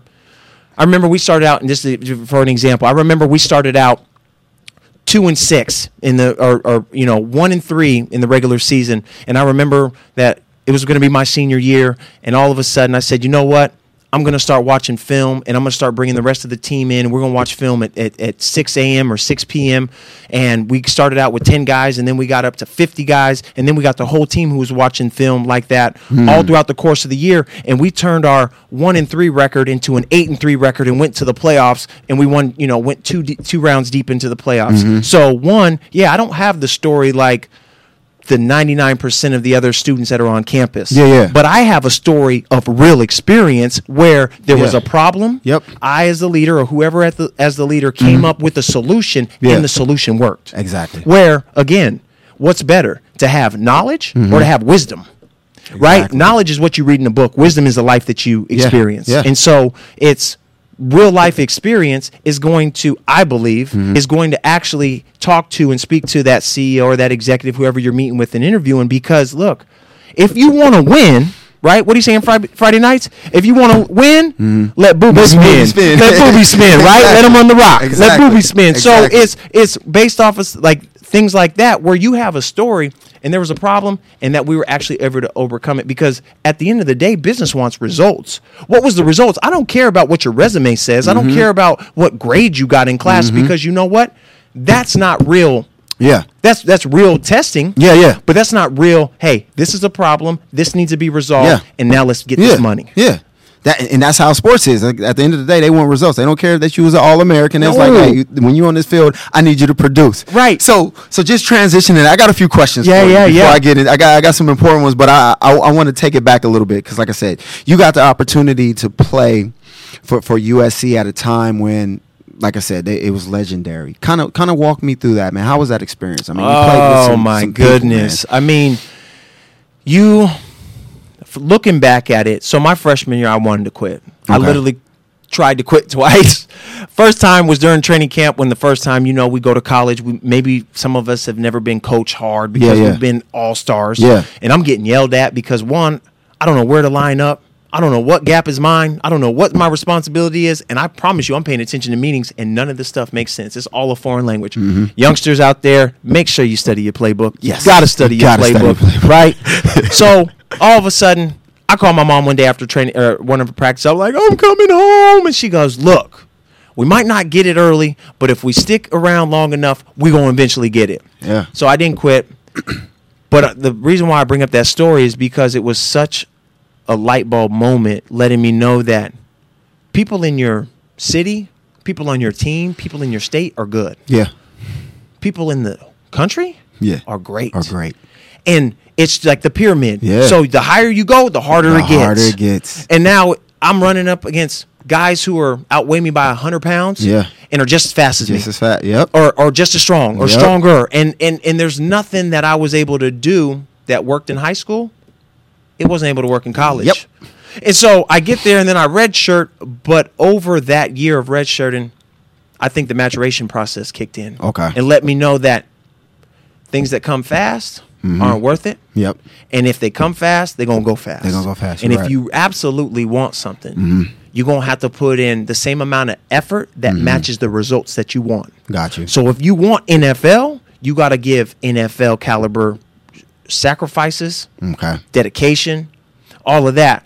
S2: I remember we started out, and this is for an example, I remember we started out two and six in the, or, or you know, one and three in the regular season, and I remember that it was going to be my senior year, and all of a sudden I said, you know what. I'm going to start watching film and I'm going to start bringing the rest of the team in. We're going to watch film at, at, at 6 a.m. or 6 p.m. And we started out with 10 guys and then we got up to 50 guys. And then we got the whole team who was watching film like that
S1: Hmm.
S2: all throughout the course of the year. And we turned our one and three record into an eight and three record and went to the playoffs. And we won, you know, went two, de- two rounds deep into the playoffs.
S1: Mm-hmm.
S2: So, one, yeah, I don't have the story like, the 99% of the other students that are on campus.
S1: Yeah, yeah.
S2: But I have a story of real experience where there was
S1: Yeah.
S2: a problem.
S1: Yep. Mm-hmm.
S2: I, as the leader, or whoever at the, as the leader, came up with a solution,
S1: Yeah.
S2: and the solution worked.
S1: Exactly.
S2: Where, again, what's better, to have knowledge or to have wisdom? Right?
S1: Mm-hmm. Exactly.
S2: Knowledge is what you read in a book, wisdom is the life that you experience.
S1: yeah.
S2: And so it's real life experience is going to, I believe,
S1: Mm-hmm.
S2: is going to actually talk to and speak to that CEO or that executive, whoever you're meeting with and interviewing. Because look, if you want to win, right? What are you saying Friday, Friday nights? If you want to win,
S1: Mm-hmm.
S2: let Booby
S1: Let Boobie
S2: spin.
S1: spin.
S2: Let Booby spin, right? Let him on the rock.
S1: Exactly.
S2: Let Booby spin. So
S1: Exactly.
S2: it's it's based off of s- like things like that where you have a story and there was a problem and that we were actually able to overcome it because at the end of the day business wants results what was the results i don't care about what your resume says i
S1: Mm-hmm.
S2: don't care about what grade you got in class because you know what that's not real
S1: Yeah.
S2: that's that's real testing
S1: Yeah, yeah.
S2: but that's not real hey this is a problem this needs to be resolved
S1: Yeah.
S2: and now let's get
S1: yeah.
S2: this money
S1: Yeah. That, and that's how sports is. Like, At the end of the day, they want results. They don't care that you was an All American. It's like,
S2: No.
S1: hey, you, when you're on this field, I need you to produce.
S2: Right.
S1: So, so just transitioning. I got a few questions.
S2: Yeah,
S1: for you
S2: yeah,
S1: before
S2: yeah.
S1: I get it, I got, I got some important ones, but I, I, I want to take it back a little bit because, like I said, you got the opportunity to play for for USC at a time when. Like I said, they, it was legendary. Kind of, kind of walk me through that, man. How was that experience? I mean, you played with
S2: Oh
S1: some-
S2: my
S1: some people, man.
S2: goodness! I mean, you f- looking back at it. So my freshman year, I wanted to quit. I
S1: Okay.
S2: literally tried to quit twice. First time was during training camp when the first time you know we go to college. We, maybe some of us have never been coach hard because
S1: yeah.
S2: we've been all stars.
S1: Yeah.
S2: and I'm getting yelled at because one, I don't know where to line up. I don't know what gap is mine. I don't know what my responsibility is. And I promise you, I'm paying attention to meetings and none of this stuff makes sense. It's all a foreign language. Youngsters out there, make sure you study your playbook.
S1: Mm-hmm. Yes.
S2: You gotta study
S1: You
S2: your
S1: gotta study
S2: playbook,
S1: your playbook.
S2: right? so all of a sudden, I call my mom one day after training or one of her practice. I'm like, I'm coming home. And she goes, Look, we might not get it early, but if we stick around long enough, we're gonna eventually get it.
S1: Yeah.
S2: So I didn't quit. But uh, the reason why I bring up that story is because it was such a light bulb moment, letting me know that people in your city, people on your team, people in your state are good.
S1: Yeah,
S2: People in the country,
S1: Yeah.
S2: are great.
S1: are great.
S2: And it's like the pyramid.
S1: Yeah.
S2: So the higher you go, the harder
S1: The
S2: it gets.
S1: harder it gets.
S2: And now I'm running up against guys who are outweigh me by hundred pounds.
S1: Yeah.
S2: And are just as fast as me
S1: This is fat. Yep.
S2: or or just as strong or
S1: Yep.
S2: stronger and and and there's nothing that I was able to do that worked in high school it wasn't able to work in college.
S1: Yep.
S2: And so I get there, and then I redshirt. But over that year of redshirting, I think the maturation process kicked in.
S1: Okay.
S2: And let me know that things that come fast
S1: Mm-hmm.
S2: aren't worth it.
S1: Yep.
S2: And if they come fast, they're gonna go fast.
S1: They're gonna go fast,
S2: And
S1: you're
S2: if
S1: right. Mm-hmm.
S2: you absolutely want something, you're gonna have to put in the same amount of effort that matches the results that you want.
S1: Mm-hmm. Got you.
S2: So if you want NFL, you gotta give NFL caliber sacrifices,
S1: Okay.
S2: dedication, all of that.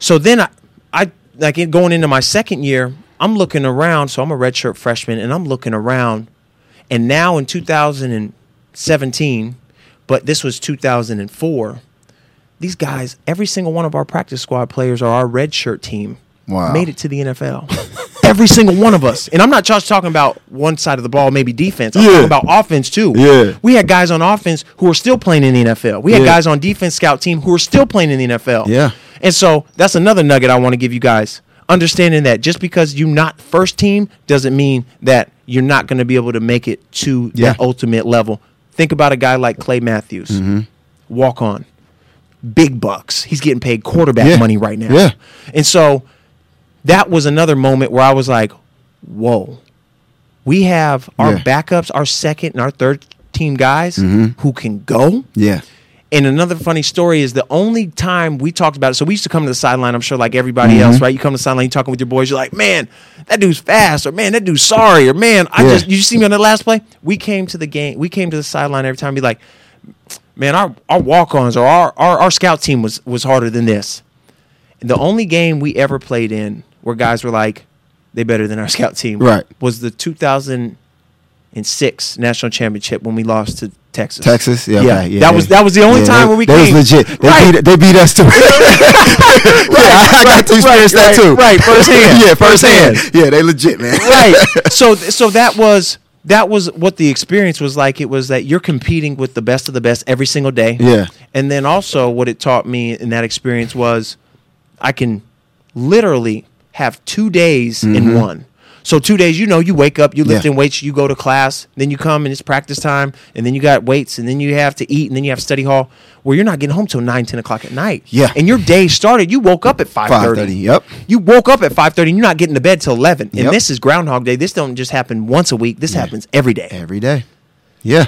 S2: So then I, I like in- going into my second year, I'm looking around. So I'm a redshirt freshman, and I'm looking around. And now in 2017, but this was 2004. These guys, every single one of our practice squad players or our redshirt team,
S1: Wow.
S2: made it to the NFL. every single one of us. And I'm not just talking about one side of the ball, maybe defense. I'm
S1: Yeah.
S2: talking about offense too.
S1: Yeah.
S2: We had guys on offense who were still playing in the NFL. We had
S1: Yeah.
S2: guys on defense scout team who were still playing in the NFL.
S1: Yeah.
S2: And so that's another nugget I want to give you guys. Understanding that just because you're not first team doesn't mean that you're not going to be able to make it to
S1: Yeah.
S2: that ultimate level. Think about a guy like Clay Matthews,
S1: Mm-hmm.
S2: walk on, big bucks. He's getting paid quarterback
S1: Yeah.
S2: money right now.
S1: Yeah.
S2: And so that was another moment where I was like, whoa, we have our
S1: Yeah.
S2: backups, our second and our third team guys who can go.
S1: Yeah.
S2: And another funny story is the only time we talked about it. So we used to come to the sideline. I'm sure, like everybody
S1: Mm-hmm.
S2: else, right? You come to the sideline, you talking with your boys. You're like, man, that dude's fast, or man, that dude's sorry, or man, I
S1: Yeah.
S2: just you see me on the last play. We came to the game. We came to the sideline every time. Be like, man, our our walk-ons or our, our our scout team was was harder than this. And the only game we ever played in where guys were like, they better than our scout team,
S1: Right.
S2: Was the 2006 national championship when we lost to Texas.
S1: Texas. Yeah. okay, Yeah. yeah.
S2: that was that was the only
S1: Yeah,
S2: time
S1: they-
S2: where we
S1: they
S2: came.
S1: was legit. They
S2: Right.
S1: beat they beat us too. yeah, I, I got to experience that
S2: right,
S1: too.
S2: right, firsthand,
S1: yeah, firsthand.
S2: firsthand.
S1: Yeah, they legit, man.
S2: right. So so that was that was what the experience was like. It was that you're competing with the best of the best every single day.
S1: Yeah.
S2: And then also what it taught me in that experience was I can literally have two days in
S1: Mm-hmm.
S2: one. So two days, you know, you wake up, you lifting weights, you go to class, then you come and it's practice time, and then you got weights, and then you have to eat, and then you have study hall, where you're not getting home till 9, 10 o'clock at night.
S1: Yeah.
S2: And your day started, you woke up at 5.30.
S1: 5:30, yep.
S2: You woke up at 5.30 and you're not getting to bed till 11. And
S1: Yep.
S2: this is Groundhog Day. This don't just happen once a week. This happens every day.
S1: every day. Yeah.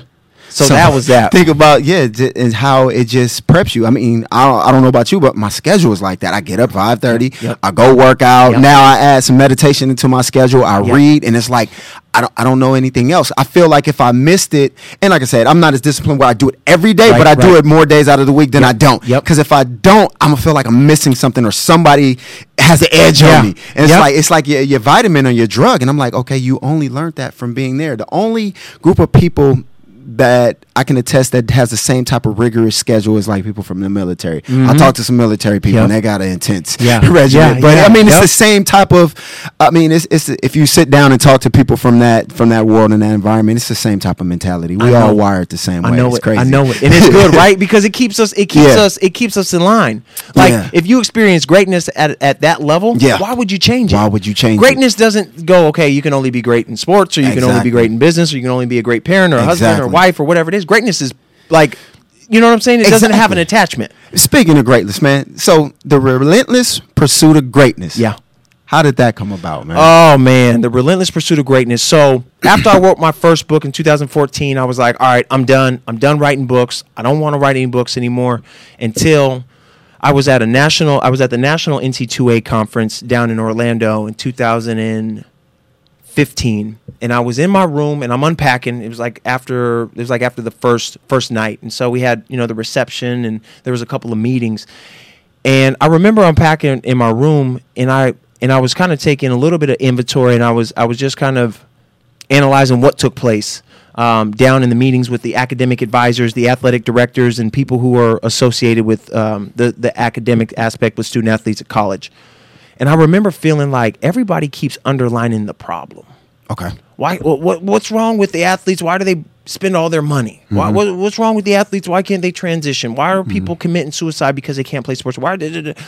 S2: So that was that.
S1: Think about yeah, j- and how it just preps you. I mean, I don't, I don't know about you, but my schedule is like that. I get up five thirty,
S2: Yep.
S1: I go work out.
S2: Yep.
S1: Now I add some meditation into my schedule. I read, and it's like I don't I don't know anything else. I feel like if I missed it, and like I said, I'm not as disciplined where I do it every day,
S2: Right,
S1: but I do
S2: right.
S1: it more days out of the week than I don't.
S2: Yep.
S1: Because if I don't, I'm gonna feel like I'm missing something or somebody has the edge
S2: Yeah.
S1: on me, and it's
S2: Yep.
S1: like it's like your, your vitamin or your drug. And I'm like, okay, you only learned that from being there. The only group of people that I can attest that has the same type of rigorous schedule is like people from the military. I talked to some military people
S2: Mm-hmm. Yep.
S1: and they got an intense
S2: Yeah.
S1: regimen.
S2: Yeah,
S1: but
S2: yeah.
S1: I mean, it's
S2: Yep.
S1: the same type of. I mean, it's it's if you sit down and talk to people from that from that world and that environment, it's the same type of mentality. We
S2: I know.
S1: all wired the same way.
S2: I know
S1: it's
S2: it.
S1: crazy.
S2: I know it, and it's good, right? Because it keeps us. It keeps
S1: Yeah.
S2: us. It keeps us in line. Like
S1: Yeah.
S2: if you experience greatness at, at that level,
S1: Yeah.
S2: why would you change it?
S1: Why would you change it?
S2: greatness? Doesn't go okay. You can only be great in sports, or you can only be
S1: Exactly.
S2: great in business, or you can only be a great parent, or a husband, or
S1: Exactly.
S2: wife, or whatever it is. Greatness is like, you know what I'm saying? It doesn't have an
S1: Exactly.
S2: attachment.
S1: Speaking of greatness, man. So the relentless pursuit of greatness.
S2: Yeah.
S1: How did that come about, man?
S2: Oh man, the relentless pursuit of greatness. So after I wrote my first book in 2014, I was like, all right, I'm done. I'm done writing books. I don't want to write any books anymore until I was at a national. I was at the national NT2A conference down in Orlando in 2015, and I was in my room and I'm unpacking. It was like after it was like after the first first night, and so we had you know the reception and there was a couple of meetings, and I remember unpacking in my room, and I and I was kind of taking a little bit of inventory, and I was I was just kind of analyzing what took place um, down in the meetings with the academic advisors, the athletic directors, and people who are associated with um, the the academic aspect with student athletes at college. And I remember feeling like everybody keeps underlining the problem.
S1: okay.
S2: Why? What, what? What's wrong with the athletes? Why do they spend all their money? Why? What, what's wrong with the athletes? Why can't they transition? Why are people committing suicide because they can't play sports? Why? da- da- da-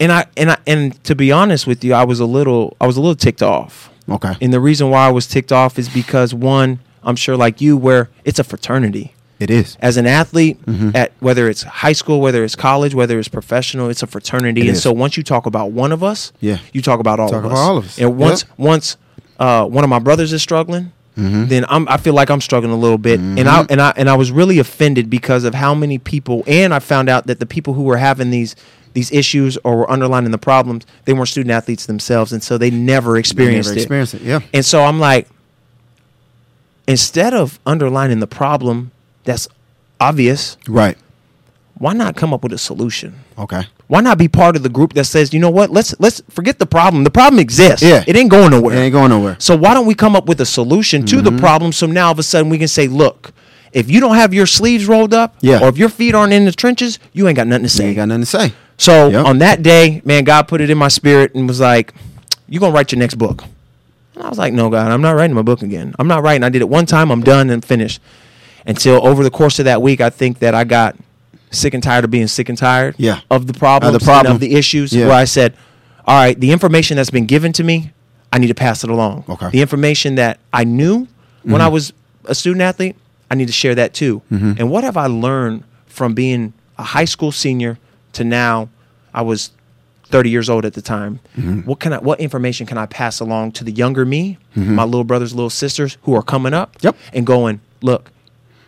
S2: And I and I and to be honest with you, I was a little I was a little ticked off.
S1: Okay.
S2: And the reason why I was ticked off is because one, I'm sure like you, where it's a fraternity.
S1: It is.
S2: as an athlete
S3: Mm-hmm.
S2: at whether it's high school, whether it's college, whether it's professional, it's a fraternity. and
S1: is.
S2: so once you talk about one of us,
S1: Yeah.
S2: you talk about all
S3: Talk
S2: of us.
S3: about all of us.
S2: And once
S3: Yep. Mm-hmm.
S2: once uh, one of my brothers is struggling, then I'm, I feel like I'm struggling a little bit. And I and I and I was really offended because of how many people and I found out that the people who were having these these issues or were underlining the problems, they weren't student athletes themselves, and so they never experienced it.
S3: experience it. Yeah.
S2: And so I'm like, instead of underlining the problem that's obvious,
S1: Right.
S2: why not come up with a solution?
S1: Okay.
S2: Why not be part of the group that says, you know what, let's let's forget the problem. The problem exists.
S1: Yeah.
S2: It ain't going nowhere.
S1: It ain't going nowhere. Mm-hmm.
S2: So why don't we come up with a solution to the problem? So now all of a sudden we can say, look, if you don't have your sleeves rolled up,
S1: Yeah.
S2: or if your feet aren't in the trenches, you ain't got nothing to
S1: You
S2: say.
S1: ain't got nothing to say.
S2: so
S1: Yep.
S2: on that day, man, God put it in my spirit and was like, you gonna write your next book. And I was like, no, God, I'm not writing my book again. I'm not writing. I did it one time. I'm done and finished. Until over the course of that week, I think that I got sick and tired of being sick and tired
S1: Yeah.
S2: of the problems
S1: Of the
S2: and
S1: problem.
S2: of the issues
S1: Yeah.
S2: where I said, all right, the information that's been given to me, I need to pass it along.
S1: Okay.
S2: The information that I knew when I was a student athlete, I need to share that too. And what have I learned from being a high school senior to now? I was 30 years old at the time. What can I what information can I pass along to the younger me, my little brothers, little sisters who are coming up
S1: Yep.
S2: and going, "Look,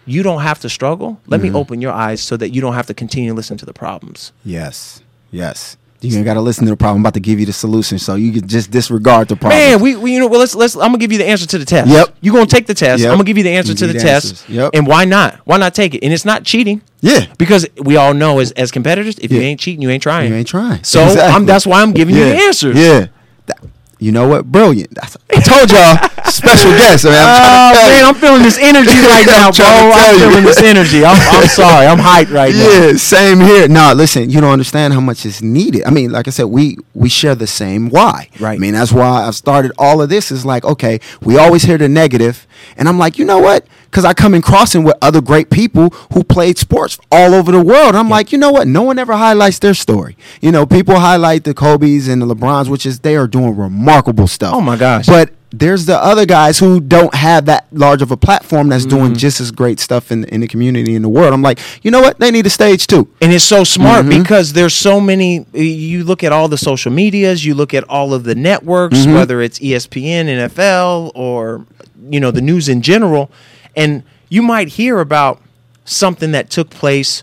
S2: you don't have to struggle. Let me open your eyes so that you don't have to continue to listen to the problems."
S1: Yes. Yes. You ain't got to listen to the problem. I'm about to give you the solution, so you can just disregard the problem.
S2: Man, we, we you know well let's let's I'm gonna give you the answer to the test.
S1: Yep.
S2: You're gonna take the test.
S1: Yep.
S2: I'm gonna give you the answer
S1: You
S2: to the
S1: need answers.
S2: test.
S1: Yep.
S2: And why not? Why not take it? And it's not cheating.
S1: Yeah.
S2: Because we all know as as competitors, if you
S1: Yeah.
S2: ain't cheating, you ain't trying.
S1: You ain't trying.
S2: So I'm
S1: Exactly.
S2: that's why I'm giving
S1: yeah.
S2: you the answers.
S1: Yeah. That- you know what? Brilliant. That's, I told y'all, special guest. Man, I'm trying
S2: Oh
S1: to tell
S2: man,
S1: you.
S2: I'm feeling this energy right
S1: I'm
S2: now,
S1: trying
S2: bro.
S1: to tell
S2: I'm
S1: you.
S2: feeling this energy. I'm, I'm sorry. I'm hyped right now.
S1: yeah, same here. No, listen, you don't understand how much is needed. I mean, like I said, we we share the same why.
S2: Right.
S1: I mean, that's why I've started all of this. Is like, okay, we always hear the negative, and I'm like, you know what? Because I come in crossing with other great people who played sports all over the world. I'm like, you know what? No one ever highlights their story. You know, people highlight the Kobe's and the LeBrons, which is they are doing remarkable stuff.
S2: Oh, my gosh.
S1: But there's the other guys who don't have that large of a platform that's
S2: Mm-hmm.
S1: doing just as great stuff in, in the community in the world. I'm like, you know what? They need a stage too.
S2: And it's so smart
S1: Mm-hmm.
S2: because there's so many. You look at all the social medias, you look at all of the networks,
S1: Mm-hmm.
S2: whether it's E ESPN, NFL, or you know the news in general, and you might hear about something that took place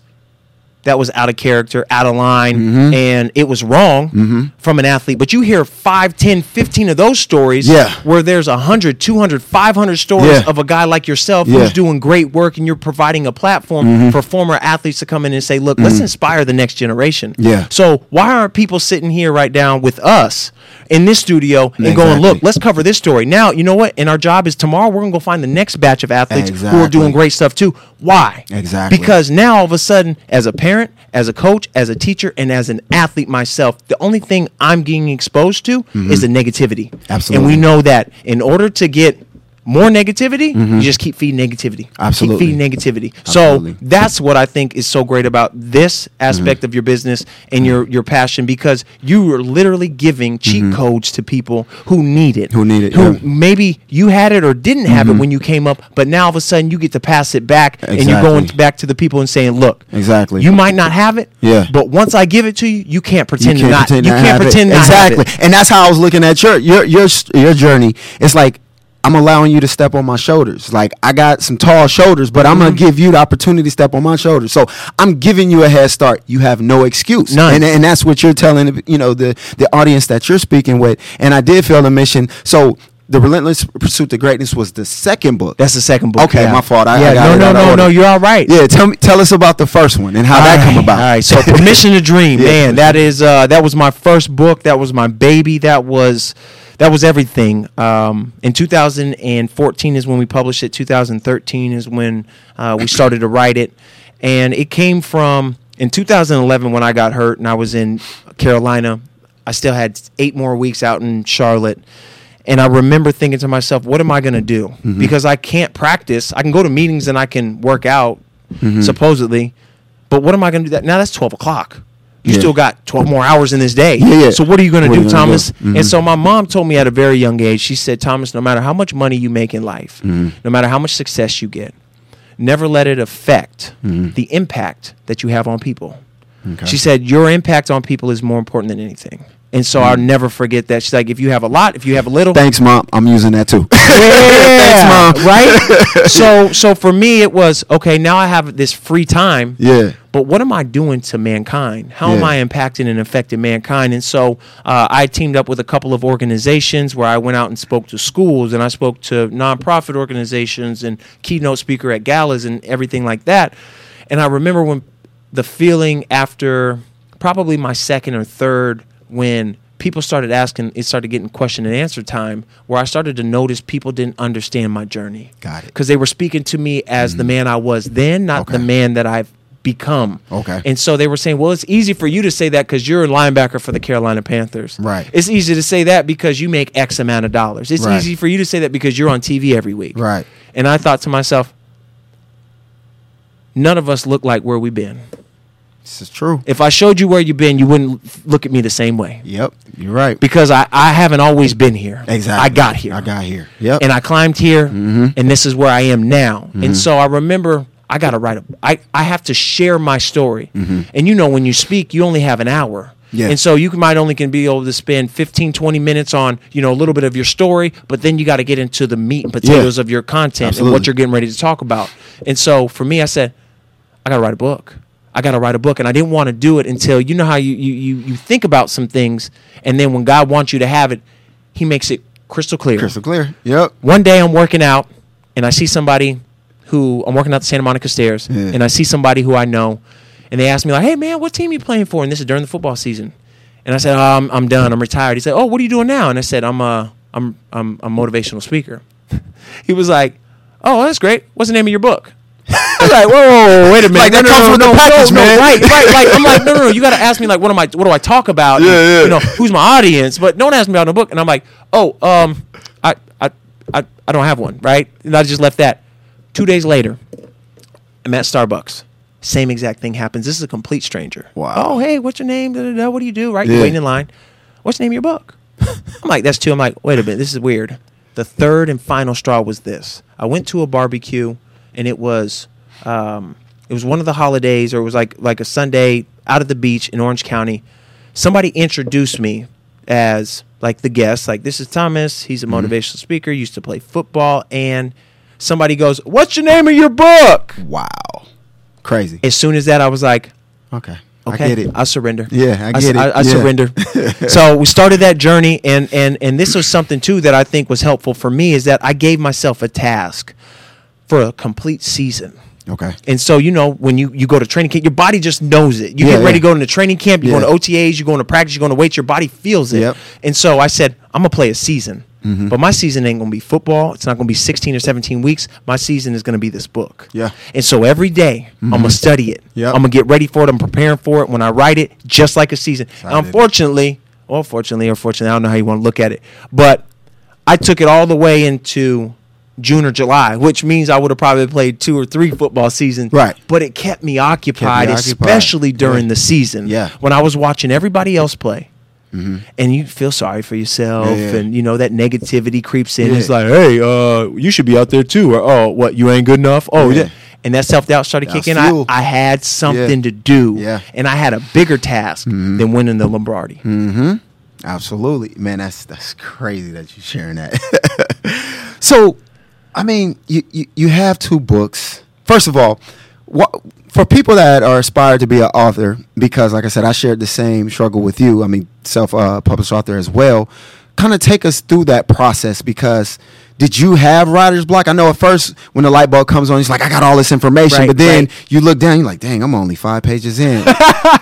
S2: that was out of character, out of line,
S1: Mm-hmm.
S2: and it was wrong from an athlete. But you hear 5, 10, 15 of those stories
S1: Yeah.
S2: where there's 100, 200, 500 stories
S1: Yeah.
S2: of a guy like yourself
S1: Yeah.
S2: who's doing great work and you're providing a platform
S1: Mm-hmm.
S2: for former athletes to come in and say, look, let's inspire the next generation.
S1: Yeah.
S2: So why aren't people sitting here right now with us in this studio and going,
S1: Exactly.
S2: look, let's cover this story. Now, you know what? And our job is tomorrow we're going to go find the next batch of athletes who are
S1: Exactly.
S2: doing great stuff too. Why?
S1: Exactly.
S2: Because because now all of a sudden, as a parent, as a coach, as a teacher, and as an athlete myself, the only thing I'm getting exposed to is the negativity.
S1: Mm-hmm. Absolutely.
S2: And we know that in order to get more negativity, you just keep feeding negativity.
S1: Mm-hmm. Absolutely.
S2: Keep feeding negativity.
S1: Absolutely. Mm-hmm.
S2: So that's what I think is so great about this aspect of your business and your your passion because you are literally giving cheat codes to people who need it.
S1: Mm-hmm. Who need it,
S2: Who
S1: yeah. Mm-hmm.
S2: maybe you had it or didn't have it when you came up, but now all of a sudden you get to pass it back and you're going
S1: Exactly.
S2: back to the people and saying, "Look,
S1: Exactly.
S2: you might not have it,
S1: Yeah.
S2: but once I give it to you, you can't pretend
S1: you
S2: not.
S1: can't pretend
S2: you
S1: not
S2: can't
S1: have it.
S2: pretend not have
S1: exactly.
S2: it.
S1: And that's how I was looking at your your your s- your journey. It's like I'm allowing you to step on my shoulders. Like I got some tall shoulders, but I'm gonna
S2: Mm-hmm.
S1: give you the opportunity to step on my shoulders. So I'm giving you a head start. You have no excuse.
S2: None.
S1: And and that's what you're telling you know the the audience that you're speaking with. And I did feel the mission. So. The Relentless Pursuit to Greatness was the second book.
S2: That's the second book.
S1: Okay,
S2: yeah.
S1: my fault. I, I
S2: yeah,
S1: got
S2: no,
S1: it
S2: no,
S1: out of
S2: no,
S1: order.
S2: no. You're all right.
S1: Yeah, tell me, tell us about the first one and how that
S2: All
S1: come
S2: right,
S1: about.
S2: All right, so permission to dream, man. That is uh, that was my first book. That was my baby. That was that was everything. Um, in 2014 is when we published it. 2013 is when uh, we started to write it, and it came from in 2011 when I got hurt and I was in Carolina. I still had eight more weeks out in Charlotte. And I remember thinking to myself, what am I going to do? Because I can't practice. I can go to meetings and I can work out, supposedly. But what am I going to do? That now that's twelve o'clock. You
S1: Yeah.
S2: still got twelve more hours in this day.
S1: yeah.
S2: So what are you going
S1: What
S2: to
S1: are you
S2: do,
S1: gonna do? Mm-hmm.
S2: Thomas? And so my mom told me at a very
S1: Mm-hmm.
S2: young age. She said, Thomas, no matter how much money you make in life, no matter how much success you get, never let it affect the impact that you have on people.
S1: Mm-hmm. Okay.
S2: She said, Your impact on people is more important than anything. And so
S1: Mm-hmm.
S2: I'll never forget that. She's like, If you have a lot, if you have a little,
S1: Thanks, mom. I'm using that too.
S2: yeah, right? so, so for me, it was okay, now I have this free time.
S1: yeah.
S2: But what am I doing to mankind? How am
S1: Yeah.
S2: I impacting and affecting mankind? And so uh, I teamed up with a couple of organizations where I went out and spoke to schools and I spoke to nonprofit organizations and keynote speaker at galas and everything like that. And I remember when the feeling after probably my second or third when people started asking it started getting question and answer time where i started to notice people didn't understand my journey
S1: Got it.
S2: because they were speaking to me as the man i was then not the
S1: Mm-hmm. Okay.
S2: man that i've become
S1: Okay.
S2: and so they were saying, well, it's easy for you to say that because you're a linebacker for the Carolina Panthers.
S1: Right.
S2: It's easy to say that because you make X amount of dollars. It's
S1: Right.
S2: easy for you to say that because you're on TV every week.
S1: Right.
S2: And I thought to myself, none of us look like where we've been.
S1: This is true.
S2: If I showed you where you've been, you wouldn't f- look at me the same way
S1: Yep. You're right.
S2: because I, I haven't always been here.
S1: Exactly.
S2: I got here
S1: I got here. Yep. Mm-hmm.
S2: and I climbed here, and this is where I am now. And so I remember I got to write. A, I I have to share my story. And you know, when you speak, you only have an hour.
S1: Mm-hmm. Yeah.
S2: And so you can- might only can be able to spend 15, 20 minutes on you know a little bit of your story, but then you got to get into the meat and potatoes of your content and
S1: Absolutely.
S2: what you're getting ready to talk about. And so for me, I said, I gotta write a book. I gotta write a book, and I didn't want to do it until you know how you you you you think about some things, and then when God wants you to have it, He makes it crystal clear
S1: crystal clear. Yep.
S2: one day I'm working out and I see somebody who I'm working out the Santa Monica stairs
S1: Yeah.
S2: and I see somebody who I know and they ask me like, "Hey man, what team you playing for?" And this is during the football season. And I said, oh, "I'm I'm done. I'm retired." He said, "Oh, what are you doing now?" And I said, "I'm uh I'm I'm a motivational speaker." he was like, "Oh, that's great. What's the name of your book?" I was like, whoa, whoa, whoa, wait a minute.
S1: Like, that comes with the package, man.
S2: right, right. Like, I'm like, no, no, no. You got to ask me, like, what am I? What do I talk about?
S1: Yeah, yeah.
S2: You know, who's my audience? But don't ask me about no book. And I'm like, oh, um, I, I, I, I don't have one, right? And I just left that. Two days later, I'm at Starbucks. Same exact thing happens. This is a complete stranger.
S1: Wow.
S2: Oh, hey, what's your name? Da, da, da, what do you do? Right? You're
S1: Yeah.
S2: waiting in line. What's the name of your book? I'm like, that's two. I'm like, wait a minute, this is weird. The third and final straw was this. I went to a barbecue, and it was, um, it was one of the holidays, or it was like like a Sunday out at the beach in Orange County. Somebody introduced me as like the guest, like this is Thomas. He's a motivational speaker. Used to play football, and somebody goes, "What's your name of your book?"
S1: Wow. Crazy.
S2: As soon as that, I was like,
S1: Okay.
S2: Okay.
S1: I get it.
S2: I surrender.
S1: Yeah, I get
S2: su-
S1: it.
S2: I, I
S1: Yeah.
S2: surrender. so we started that journey, and and and this was something too that I think was helpful for me is that I gave myself a task for a complete season.
S1: okay.
S2: And so you know when you, you go to training camp, your body just knows it. You
S1: Yeah,
S2: get ready
S1: yeah.
S2: to go into training camp. You're
S1: Yeah.
S2: going to OTAs. You're going to practice. You're going to wait. Your body feels it.
S1: Yep. Mm-hmm.
S2: And so I said, I'm gonna play a season, but my season ain't gonna be football. It's not gonna be 16 or 17 weeks. My season is gonna be this book.
S1: Yeah. Mm-hmm.
S2: And so every day, I'm gonna study it.
S1: Yep.
S2: I'm gonna get ready for it. I'm preparing for it. When I write it, just like a season.
S1: how I did it.
S2: Unfortunately, or fortunately, or fortunately, I don't know how you want to look at it, but I took it all the way into June or July, which means I would have probably played two or three football seasons.
S1: Right.
S2: But it kept me
S1: occupied.
S2: occupied, especially during
S1: Yeah.
S2: the season.
S1: Yeah. Mm-hmm.
S2: When I was watching everybody else play. And you feel sorry for yourself,
S1: Yeah, yeah.
S2: and you know that negativity creeps in.
S1: Yeah.
S2: It's like, hey, uh, you should be out there too, or oh, what, you ain't good enough. Oh,
S1: Yeah.
S2: yeah. And that self doubt started
S1: That's
S2: kicking. I,
S1: fuel.
S2: I had something to do,
S1: Yeah. Mm-hmm.
S2: and I had a bigger task than winning the Lombardi.
S1: Absolutely, man. That's that's crazy that you're sharing that. so, I mean, you, you you have two books. First of all, what for people that are aspired to be an author, because like I said, I shared the same struggle with you. I mean, self uh, published author as well. Kind of take us through that process because did you have writer's block? I know at first when the light bulb comes on, it's like I got all this information,
S2: Right,
S1: but then
S2: right.
S1: you look down, you're like, dang, I'm only five pages in.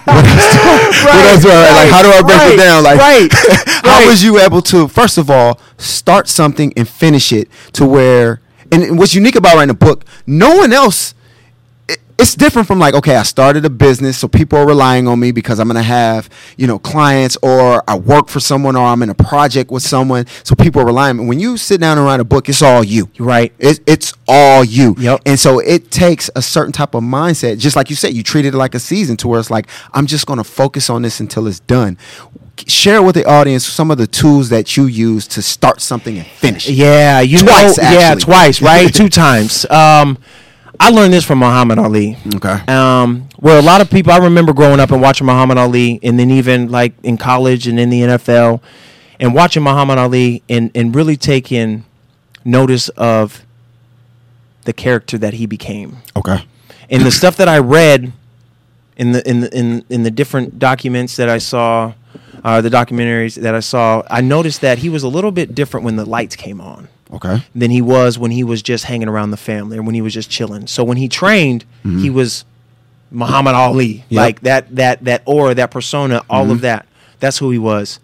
S1: What else do- what else do I-
S2: right,
S1: like, how do I break
S2: right,
S1: it down? Like,
S2: right,
S1: how
S2: right.
S1: was you able to first of all start something and finish it to where and, and what's unique about writing a book no one else it- it's different from like okay i started a business so people are relying on me because i'm going to have you know clients or i work for someone or i'm in a project with someone so people are relying on me. when you sit down and write a book it's all you
S2: Right.
S1: it, it's all you
S2: Yep.
S1: and so it takes a certain type of mindset just like you said you treat it like a season to where it's like i'm just going to focus on this until it's done share with the audience some of the tools that you use to start something and finish it.
S2: Yeah, you
S1: Twice,
S2: know, yeah,
S1: actually.
S2: twice, right? Two times. Um, I learned this from Muhammad Ali.
S1: Okay.
S2: Um, where a lot of people, I remember growing up and watching Muhammad Ali, and then even like in college and in the NFL, and watching Muhammad Ali and, and really taking notice of the character that he became.
S1: Okay.
S2: And the stuff that I read in the in the, in in the different documents that I saw, uh, the documentaries that I saw, I noticed that he was a little bit different when the lights came on
S1: Okay.
S2: than he was when he was just hanging around the family or when he was just chilling. So when he trained, he was Muhammad Ali,
S1: Yep.
S2: like that that that aura, that persona, all of that. That's who he was.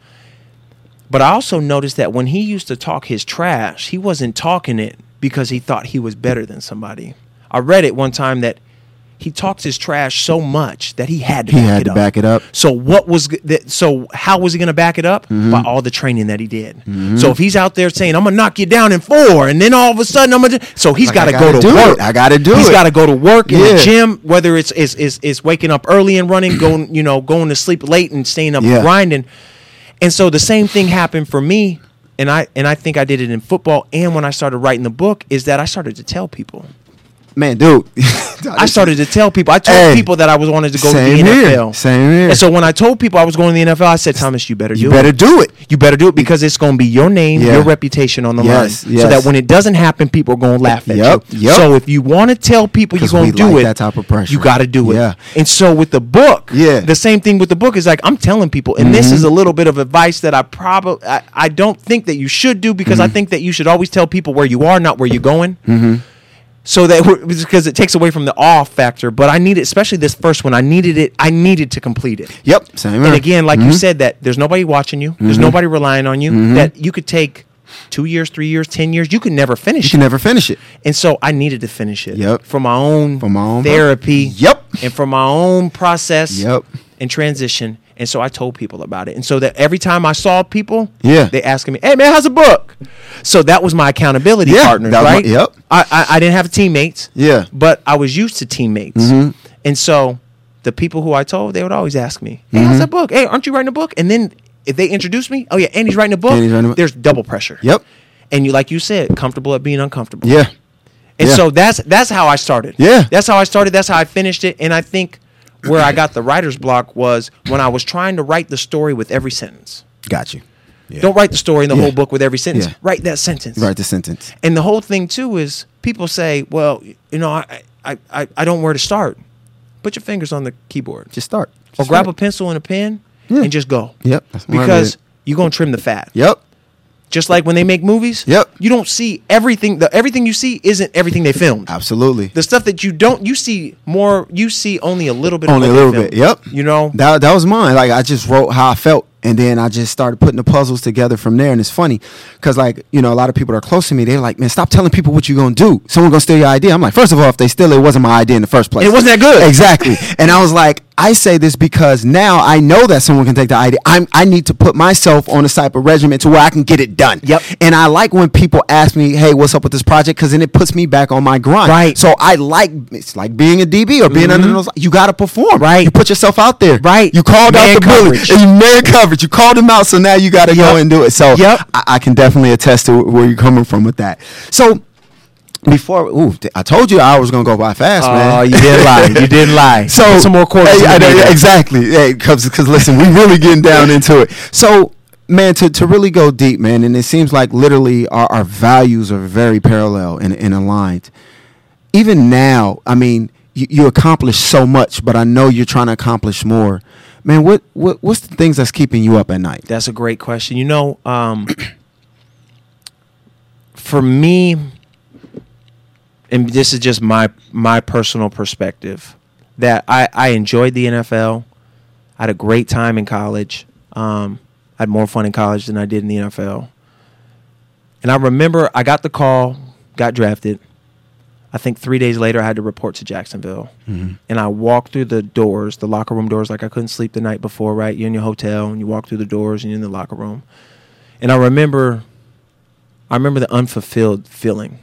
S2: But I also noticed that when he used to talk his trash, he wasn't talking it because he thought he was better than somebody. I read it one time that he talked his trash so much that he had to
S1: He
S2: back
S1: had
S2: it
S1: to
S2: up.
S1: back it up.
S2: So what was g- th- so how was he going to back it up
S1: Mm-hmm.
S2: by all the training that he did? So if he's out there saying I'm going to knock you down in 4 and then all of a sudden I'm going to so he's
S1: Like,
S2: got
S1: I
S2: to
S1: gotta
S2: go to
S1: do
S2: work.
S1: it. I gotta do
S2: He's
S1: it.
S2: got to go to work in
S1: Yeah.
S2: the gym whether it's it's it's, it's waking up early and running, going, you know, going to sleep late and staying up
S1: Yeah.
S2: grinding. And so the same thing happened for me and I and I think I did it in football and when I started writing the book is that I started to tell people.
S1: Man, dude.
S2: I started to tell people. I told
S1: Hey,
S2: people that I was wanted to go to the
S1: same here,
S2: NFL.
S1: same here.
S2: And so when I told people I was going to the NFL, I said, Thomas, you better do
S1: You
S2: it.
S1: better do it.
S2: You better do it because it's going to be your name,
S1: Yeah.
S2: your reputation on the
S1: Yes,
S2: line.
S1: yes.
S2: So that when it doesn't happen, people are going to laugh at
S1: Yep,
S2: you.
S1: yep.
S2: So if you want to tell people you're
S1: 'Cause
S2: going
S1: we
S2: to do
S1: like
S2: it,
S1: that type of pressure.
S2: you got to do it.
S1: Yeah.
S2: And so with the book,
S1: Yeah. Mm-hmm.
S2: the same thing with the book is like I'm telling people, and this is a little bit of advice that I probably I, I don't think that you should do because I
S1: Mm-hmm.
S2: think that you should always tell people where you are, not where you're going. So that we're- because it takes away from the awe factor, but I needed, especially this first one, I needed it. I needed to complete it.
S1: Yep. Same here.
S2: And again, like
S1: Mm-hmm.
S2: you said, that there's nobody watching you. There's nobody relying on you. That you could take two years, three years, ten years. You could never
S1: you
S2: finish
S1: can
S2: it.
S1: never finish it.
S2: And so I needed to finish it.
S1: Yep.
S2: For my own for
S1: my own-
S2: therapy.
S1: Yep.
S2: And for my own process.
S1: Yep.
S2: And transition. And so I told people about it. And so that every time I saw people,
S1: Yeah.
S2: they asking me, "Hey man, how's the book?" So that was my accountability
S1: Yeah,
S2: partner,
S1: that was my-
S2: right?
S1: yep.
S2: I, I I didn't have teammates.
S1: Yeah. Mm-hmm.
S2: But I was used to teammates. And so the people who I told, they would always ask me, Hey,
S1: Mm-hmm.
S2: how's that book? Hey, aren't you writing a book? And then if they introduce me, oh yeah, Andy's writing a book,
S1: Andy's writing a book.
S2: there's double pressure.
S1: Yep.
S2: And you like you said, comfortable at being uncomfortable.
S1: Yeah.
S2: And
S1: Yeah.
S2: so that's that's how I started.
S1: Yeah.
S2: That's how I started. That's how I finished it. And I think where I got the writer's block was when I was trying to write the story with every sentence.
S1: Got you. Yeah.
S2: Don't write the story in the
S1: Yeah.
S2: whole book with every sentence.
S1: Yeah.
S2: Write that sentence.
S1: write the sentence.
S2: And the whole thing too is people say, well, you know, I I, I, I don't know where to start. Put your fingers on the keyboard.
S1: Just start.
S2: or
S1: Just
S2: grab a
S1: start.
S2: pencil and a pen
S1: Yeah.
S2: and just go.
S1: Yep, that's what I
S2: Because
S1: did.
S2: you're gonna trim the fat.
S1: Yep.
S2: Just like when they make movies.
S1: Yep.
S2: You don't see everything. The everything you see isn't everything they filmed.
S1: Absolutely.
S2: The stuff that you don't, you see more. You see only a little bit.
S1: only a
S2: of what they
S1: little bit.
S2: filmed.
S1: Yep.
S2: You know.
S1: that that was mine. Like I just wrote how I felt, and then I just started putting the puzzles together from there. And it's funny because like you know a lot of people that are close to me. They're like, man, stop telling people what you're gonna do. Someone gonna steal your idea. I'm like, first of all, if they steal it, it wasn't my idea in the first place.
S2: It wasn't that good.
S1: Exactly. and I was like, I say this because now I know that someone can take the idea. I'm I need to put myself on a type of regimen to where I can get it done.
S2: Yep.
S1: And I like when people ask me, hey, what's up with this project? Because then it puts me back on my grind.
S2: Right. Mm-hmm.
S1: So I like it's like being a DB or being under those. You gotta perform.
S2: Right.
S1: You put yourself out there.
S2: Right.
S1: You called
S2: Man
S1: out the
S2: coverage.
S1: bully. And you man coverage. You called him out, so now you got to go
S2: Yep.
S1: and do it. So
S2: Yep.
S1: I, I can definitely attest to where you're coming from with that. So before, ooh, th- I told you I was gonna go by fast, man.
S2: Oh, you didn't lie. You didn't lie.
S1: So
S2: Put some more quarters
S1: Hey,
S2: in
S1: I
S2: the
S1: know,
S2: meter.
S1: exactly. because listen, we really getting down into it. So. Man, to, to really go deep, man, and it seems like literally our, our values are very parallel and, and aligned even now, I mean, you, you accomplish so much, but I know you're trying to accomplish more. Man, what, what what's the things that's keeping you up at night?
S2: That's a great question. You know, um, for me, and this is just my my personal perspective, that I, I enjoyed the NFL. I had a great time in college. Um, I had more fun in college than I did in the NFL. And I remember I got the call, got drafted. I think three days later, I had to report to Jacksonville. And I walked through the doors, the locker room doors, like I couldn't sleep the night before, right? You're in your hotel and you walk through the doors and you're in the locker room. And I remember, I remember the unfulfilled feeling.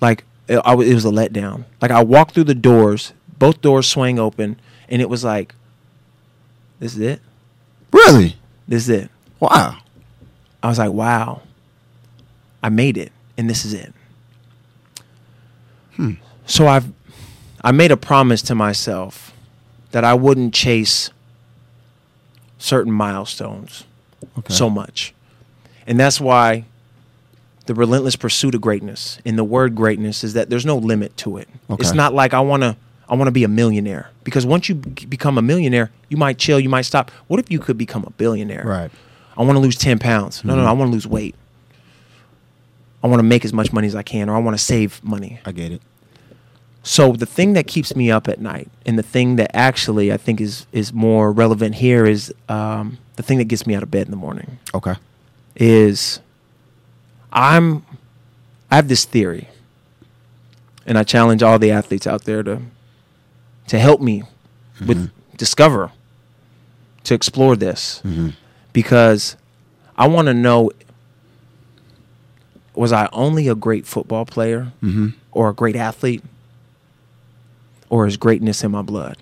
S2: Like it, I w- it was a letdown. Like I walked through the doors, both doors swang open, and it was like, this is it?
S1: Really?
S2: This is it.
S1: Wow.
S2: I was like,
S1: Hmm.
S2: wow, I made it, and this is it. So I've I made a promise to myself that I wouldn't chase certain milestones
S1: Okay.
S2: so much. And that's why the relentless pursuit of greatness in the word greatness is that there's no limit to it. It's
S1: Okay.
S2: not like I want to I want to be a millionaire because once you b- become a millionaire, you might chill, you might stop. What if you could become a billionaire?
S1: Right.
S2: I want to lose 10 pounds. No, no, no, I want to lose weight. I want to make as much money as I can or I want to save money.
S1: I get it.
S2: So the thing that keeps me up at night, and the thing that actually I think is is more relevant here is um, the thing that gets me out of bed in the morning
S1: Okay.
S2: is I'm I have this theory, and I challenge all the athletes out there to to help me with discover to explore this because I want to know was I only a great football player or a great athlete or is greatness in my blood?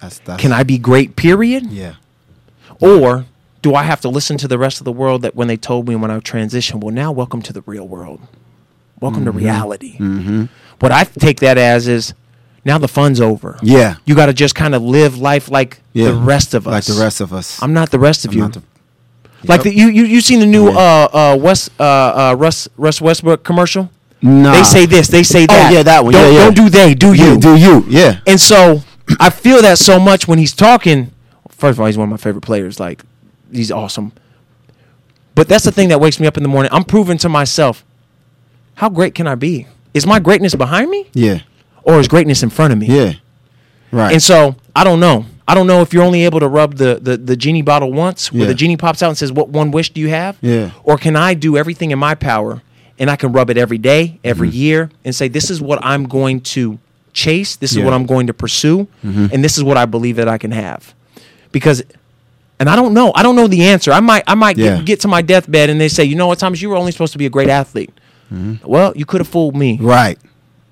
S1: That's that's.
S2: Can I be great period?
S1: Yeah.
S2: Or do I have to listen to the rest of the world that when they told me when I transitioned, well, now welcome to the real world, welcome
S1: Mm-hmm.
S2: to reality. What I take that as is now the fun's over.
S1: Yeah.
S2: You got to just kind of live life like
S1: Yeah.
S2: the rest of us.
S1: Like the rest of us.
S2: I'm not the rest of
S1: I'm
S2: you.
S1: not the-
S2: Like the,
S1: Yep.
S2: you, you, you seen the new
S1: Yeah.
S2: uh, uh, West uh, uh, Russ Russ Westbrook commercial?
S1: Nah. Oh,
S2: They say this, they say that.
S1: yeah, that one.
S2: Don't,
S1: Yeah, yeah.
S2: don't do they, do
S1: Yeah,
S2: you?
S1: do you? Yeah.
S2: And so I feel that so much when he's talking. First of all, he's one of my favorite players. Like, he's awesome. But that's the thing that wakes me up in the morning. I'm proving to myself, how great can I be? Is my greatness behind me
S1: yeah.
S2: or is greatness in front of me?
S1: Yeah. Right.
S2: And so I don't know. I don't know if you're only able to rub the, the, the genie bottle once where
S1: Yeah.
S2: the genie pops out and says, What one wish do you have?
S1: Yeah.
S2: Or can I do everything in my power and I can rub it every day, every
S1: Mm-hmm.
S2: year, and say, This is what I'm going to chase, this is
S1: Yeah. Mm-hmm.
S2: what I'm going to pursue, and this is what I believe that I can have. Because and I don't know. I don't know the answer. I might I might
S1: Yeah.
S2: get, get to my deathbed and they say, you know what, Thomas, you were only supposed to be a great athlete.
S1: Mm-hmm.
S2: Well, you could have fooled me.
S1: right.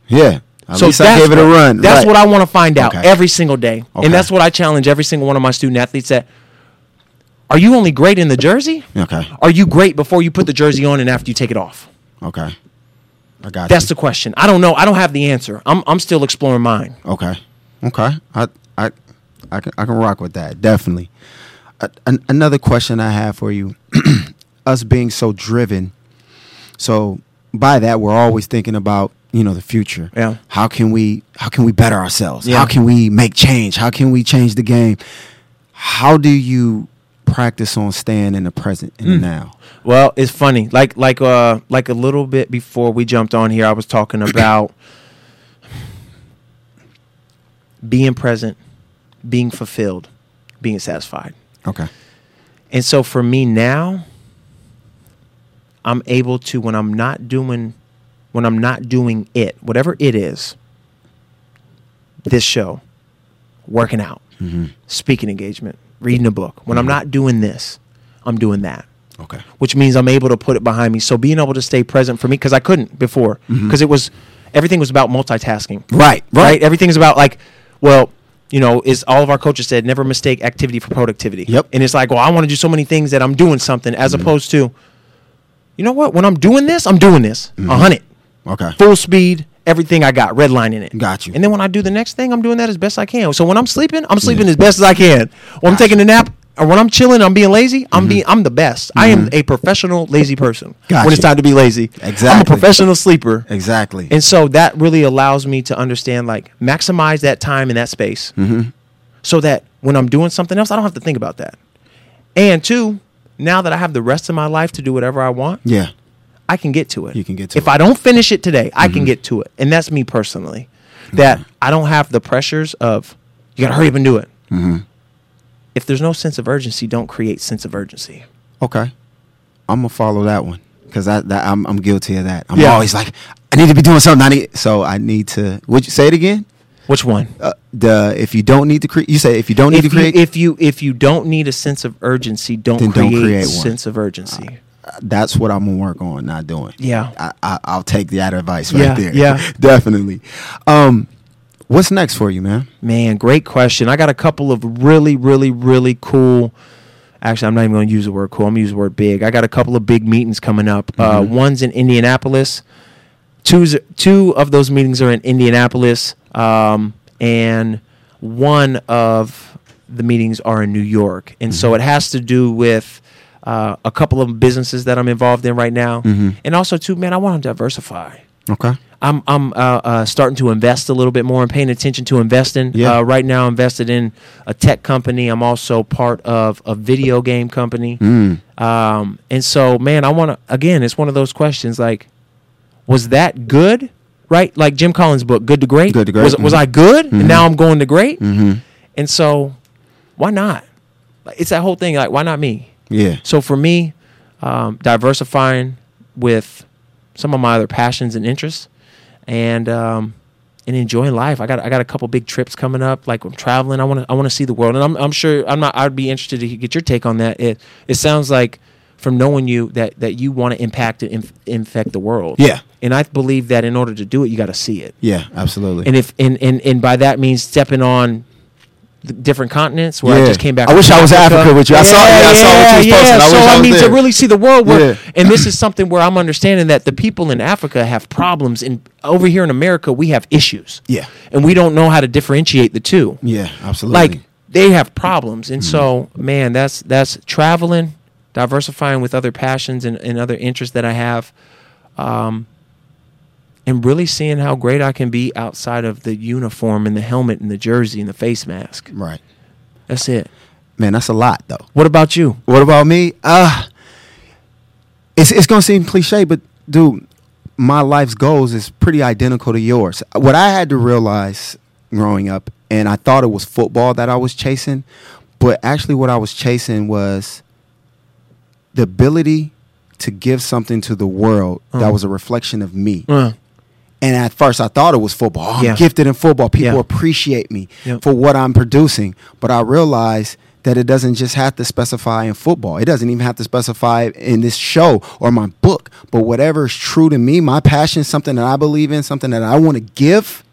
S1: Yeah. At least I
S2: that's
S1: gave it a
S2: what-
S1: run. Right.
S2: That's what I want to find out
S1: Okay.
S2: every single day,
S1: Okay.
S2: and that's what I challenge every single one of my student athletes. That are you only great in the jersey?
S1: Okay.
S2: Are you great before you put the jersey on and after you take it off?
S1: Okay. I got
S2: That's
S1: you.
S2: the question. I don't know. I don't have the answer. I'm I'm still exploring mine.
S1: Okay. Okay. I I I can I can rock with that. Definitely. A, an, another question I have for you. Us being so driven. So by that we're always thinking about, you know, the future.
S2: Yeah.
S1: How can we how can we better ourselves?
S2: Yeah.
S1: How can we make change? How can we change the game? How do you practice on staying in the present
S2: Hmm.
S1: in the now?
S2: Well, it's funny. Like like uh like a little bit before we jumped on here, I was talking about being present, being fulfilled, being satisfied.
S1: Okay.
S2: And so for me now, I'm able to when I'm not doing when I'm not doing it, whatever it is, this show, working out, speaking engagement, reading a book. When I'm not doing this, I'm doing that.
S1: Okay.
S2: Which means I'm able to put it behind me. So being able to stay present for me, because I couldn't before, because it was everything was about multitasking
S1: Right. Right.
S2: right? Everything's about like, well, you know, is all of our coaches said never mistake activity for productivity.
S1: Yep. Mm-hmm.
S2: And it's like, well, I want to do so many things that I'm doing something, as opposed to, you know what? When I'm doing this, I'm doing this
S1: Mm-hmm.
S2: a hundred,
S1: Okay.
S2: full speed, everything I got, redlining it.
S1: Got you.
S2: And then when I do the next thing, I'm doing that as best I can. So when I'm sleeping, I'm sleeping
S1: Mm-hmm.
S2: as best as I can. When I'm taking a nap. Or when I'm chilling, I'm being lazy. I'm being, I'm the best. I am a professional lazy person.
S1: Mm-hmm. Got
S2: When it's
S1: you.
S2: time to be lazy, I'm a
S1: Exactly.
S2: professional sleeper.
S1: Exactly.
S2: And so that really allows me to understand, like, maximize that time in that space
S1: Mm-hmm.
S2: so that when I'm doing something else, I don't have to think about that. And two, now that I have the rest of my life to do whatever I want,
S1: yeah.
S2: I can get to it.
S1: You can get to
S2: if
S1: it. Mm-hmm.
S2: I don't finish it today, I can get to it. And that's me personally, that I don't have the pressures of, you got to hurry up and do it.
S1: Mm-hmm.
S2: If there's no sense of urgency, don't create sense of urgency.
S1: Okay. I'm gonna follow that one because I that, I'm I'm guilty of that. I'm
S2: Yeah.
S1: always like I need to be doing something. I need so I need to. Would you say it again?
S2: Which one?
S1: Uh, the if you don't need to create, you say if you don't need
S2: if
S1: to create,
S2: you, if you if you don't need a sense of urgency, don't
S1: Then don't
S2: create,
S1: create one.
S2: sense of urgency.
S1: uh, that's what I'm gonna work on not doing.
S2: Yeah.
S1: I, I I'll take that advice
S2: Yeah,
S1: right there.
S2: yeah.
S1: definitely. Um, what's next for you, man?
S2: Man, great question. I got a couple of really, really, really cool. Actually, I'm not even going to use the word cool. I'm going to use the word big. I got a couple of big meetings coming up. Uh, one's in Indianapolis. Two's, two of those meetings are in Indianapolis, um, and one of the meetings are in New York. And so it has to do with uh, a couple of businesses that I'm involved in right now. And also, too, man, I want to diversify.
S1: Okay.
S2: I'm I'm uh, uh, starting to invest a little bit more and paying attention to investing.
S1: Yeah.
S2: Uh, right now, invested in a tech company. I'm also part of a video game company.
S1: Hmm. Mm,
S2: Um, and so, man, I want to again. It's one of those questions like, was that good? Right, like Jim Collins' book, Good to Great.
S1: Good to Great, Mm-hmm.
S2: Was, was
S1: mhm.
S2: I good? And now I'm going to great. And so, why not? Like, It's that whole thing. Like, why not me?
S1: Yeah.
S2: So for me, um, diversifying with some of my other passions and interests, and um, and enjoying life. I got I got a couple big trips coming up. Like I'm traveling. I want to I want to see the world, and I'm I'm sure I'm not. I'd be interested to he- get your take on that. It it sounds like from knowing you that that you want to impact and inf- infect the world.
S1: Yeah.
S2: And I believe that in order to do it, you got to see it.
S1: Yeah. Absolutely.
S2: And if and, and and by that means stepping on. the Different continents where I
S1: Yeah.
S2: just came back.
S1: I
S2: from
S1: wish I was Africa with you. I saw- yeah, I saw what you was posting. I
S2: so
S1: wish I was
S2: mean
S1: there.
S2: to really see the world. Where,
S1: Yeah.
S2: And this is something where I'm understanding that the people in Africa have problems, and over here in America we have issues.
S1: Yeah.
S2: and we don't know how to differentiate the two.
S1: yeah. Absolutely.
S2: Like they have problems, and so man, that's that's traveling, diversifying with other passions and, and other interests that I have, um, and really seeing how great I can be outside of the uniform and the helmet and the jersey and the face mask.
S1: right.
S2: That's it.
S1: Man, that's a lot though.
S2: What about you?
S1: What about me? Uh it's it's gonna seem cliche, but dude, my life's goals is pretty identical to yours. What I had to realize growing up, and I thought it was football that I was chasing, but actually what I was chasing was the ability to give something to the world that
S2: Uh.
S1: was a reflection of me.
S2: Uh,
S1: And at first, I thought it was football. I'm
S2: Yeah.
S1: gifted in football. People
S2: Yeah.
S1: appreciate me
S2: Yep.
S1: for what I'm producing. But I realized that it doesn't just have to specify in football. It doesn't even have to specify in this show or my book. But whatever is true to me, my passion, something that I believe in, something that I want to give.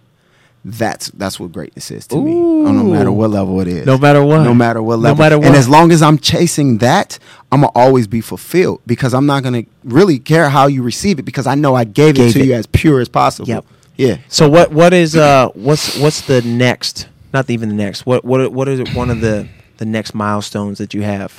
S1: That's that's what greatness is to me. No
S2: Ooh.
S1: matter what level it is.
S2: No matter what.
S1: No matter what
S2: No
S1: level.
S2: matter
S1: And
S2: what.
S1: as long as I'm chasing that, I'm gonna always be fulfilled because I'm not gonna really care how you receive it because I know I gave, it
S2: Gave
S1: to
S2: it.
S1: you as pure as possible.
S2: Yep.
S1: Yeah.
S2: So what what is uh what's what's the next? Not even the next. What what what is one of the the next milestones that you have?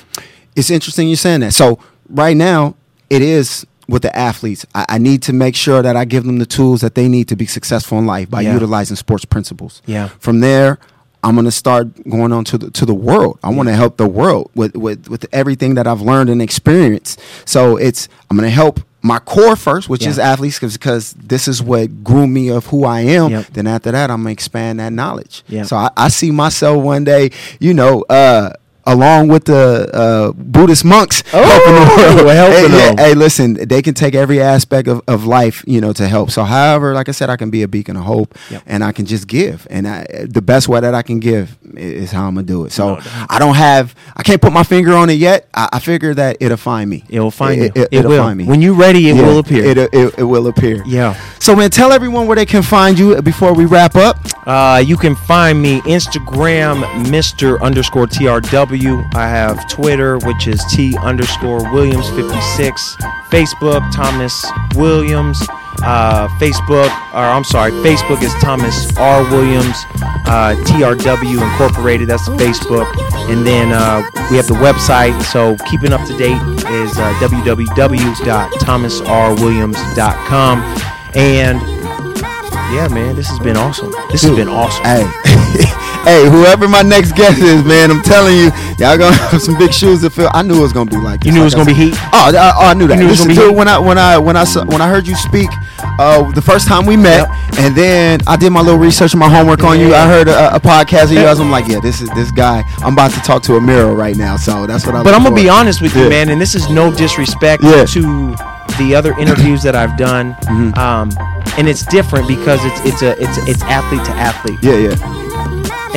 S1: It's interesting you're saying that. So right now, it is with the athletes. I, I need to make sure that I give them the tools that they need to be successful in life by
S2: Yeah.
S1: utilizing sports principles.
S2: Yeah.
S1: From there, I'm gonna start going on to the to the world. I want to help the world with, with with everything that I've learned and experienced. So it's I'm gonna help my core first, which
S2: Yeah.
S1: is athletes, because this is what grew me of who I am.
S2: Yep.
S1: Then after that, I'm gonna expand that knowledge.
S2: Yeah.
S1: So I, I see myself one day, you know, uh, along with the uh, Buddhist monks helping the world.
S2: we're Oh, helping
S1: hey, yeah,
S2: them.
S1: hey, listen, they can take every aspect of, of life, you know, to help. So, however, like I said, I can be a beacon of hope,
S2: Yep.
S1: and I can just give. And I, the best way that I can give i- is how I'm gonna do it. So
S2: No doubt.
S1: I don't have, I can't put my finger on it yet. I, I figure that it'll find me.
S2: It will find
S1: It,
S2: you.
S1: it, will
S2: will.
S1: find me
S2: When you're ready, it
S1: Yeah,
S2: will appear.
S1: It, it, it will appear.
S2: yeah.
S1: So, man, tell everyone where they can find you before we wrap up.
S2: Uh, you can find me Instagram, Mr. underscore TRW. I have Twitter, which is T underscore Williams56. Facebook, Thomas Williams. Uh, Facebook, or I'm sorry, Facebook is Thomas R. Williams, uh, TRW Incorporated. That's the Facebook. And then uh, we have the website. So keeping up to date is uh, www.thomasrwilliams.com. And yeah, man, this has been awesome. This has been awesome.
S1: Hey, hey, whoever my next guest is, man, I'm telling you, y'all gonna have some big shoes to fill. I knew it was gonna be like this.
S2: You knew it was
S1: Like
S2: gonna
S1: I
S2: be heat?
S1: said- Oh, I, oh, I knew that.
S2: knew it was
S1: Listen,
S2: gonna be
S1: dude,
S2: heat?
S1: when I when I when I saw, when I heard you speak, uh, the first time we met, and then I did my little research and my homework on you. I heard a, a podcast of yours. I'm like, yeah, this is this guy. I'm about to talk to a mirror right now, so that's what I.
S2: But
S1: look
S2: I'm gonna be
S1: for.
S2: honest with you,
S1: Yeah.
S2: man, and this is no disrespect
S1: Yeah. Mm-hmm.
S2: to the other interviews that I've done. Um, and it's different because it's it's a it's it's athlete to athlete.
S1: Yeah, yeah,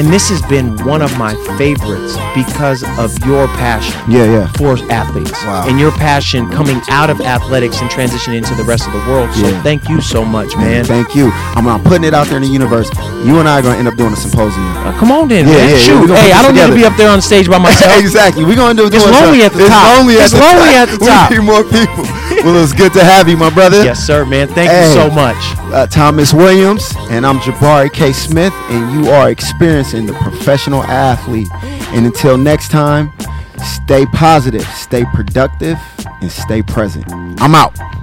S2: And this has been one of my favorites because of your passion.
S1: yeah, yeah.
S2: for athletes
S1: Wow.
S2: and your passion coming out of athletics and transitioning into the rest of the world. So
S1: Yeah.
S2: thank you so much, man.
S1: Thank you. I'm, I'm putting it out there in the universe. You and I are gonna end up doing a symposium.
S2: Uh, come on then,
S1: Yeah,
S2: man.
S1: yeah, yeah, we
S2: Shoot.
S1: gonna
S2: hey,
S1: put this
S2: I don't need
S1: together.
S2: to be up there on stage by myself.
S1: exactly. We're gonna do it.
S2: It's
S1: doing
S2: lonely
S1: something.
S2: at the top.
S1: It's lonely at
S2: It's
S1: the
S2: lonely
S1: top.
S2: at the top.
S1: We need more people. well, it's good to have you, my brother.
S2: Yes, sir, man. Thank
S1: Hey.
S2: you so much.
S1: uh, Thomas Williams, and I'm Jabari K. Smith, and you are experiencing the professional athlete. And until next time, stay positive, stay productive, and stay present. I'm out.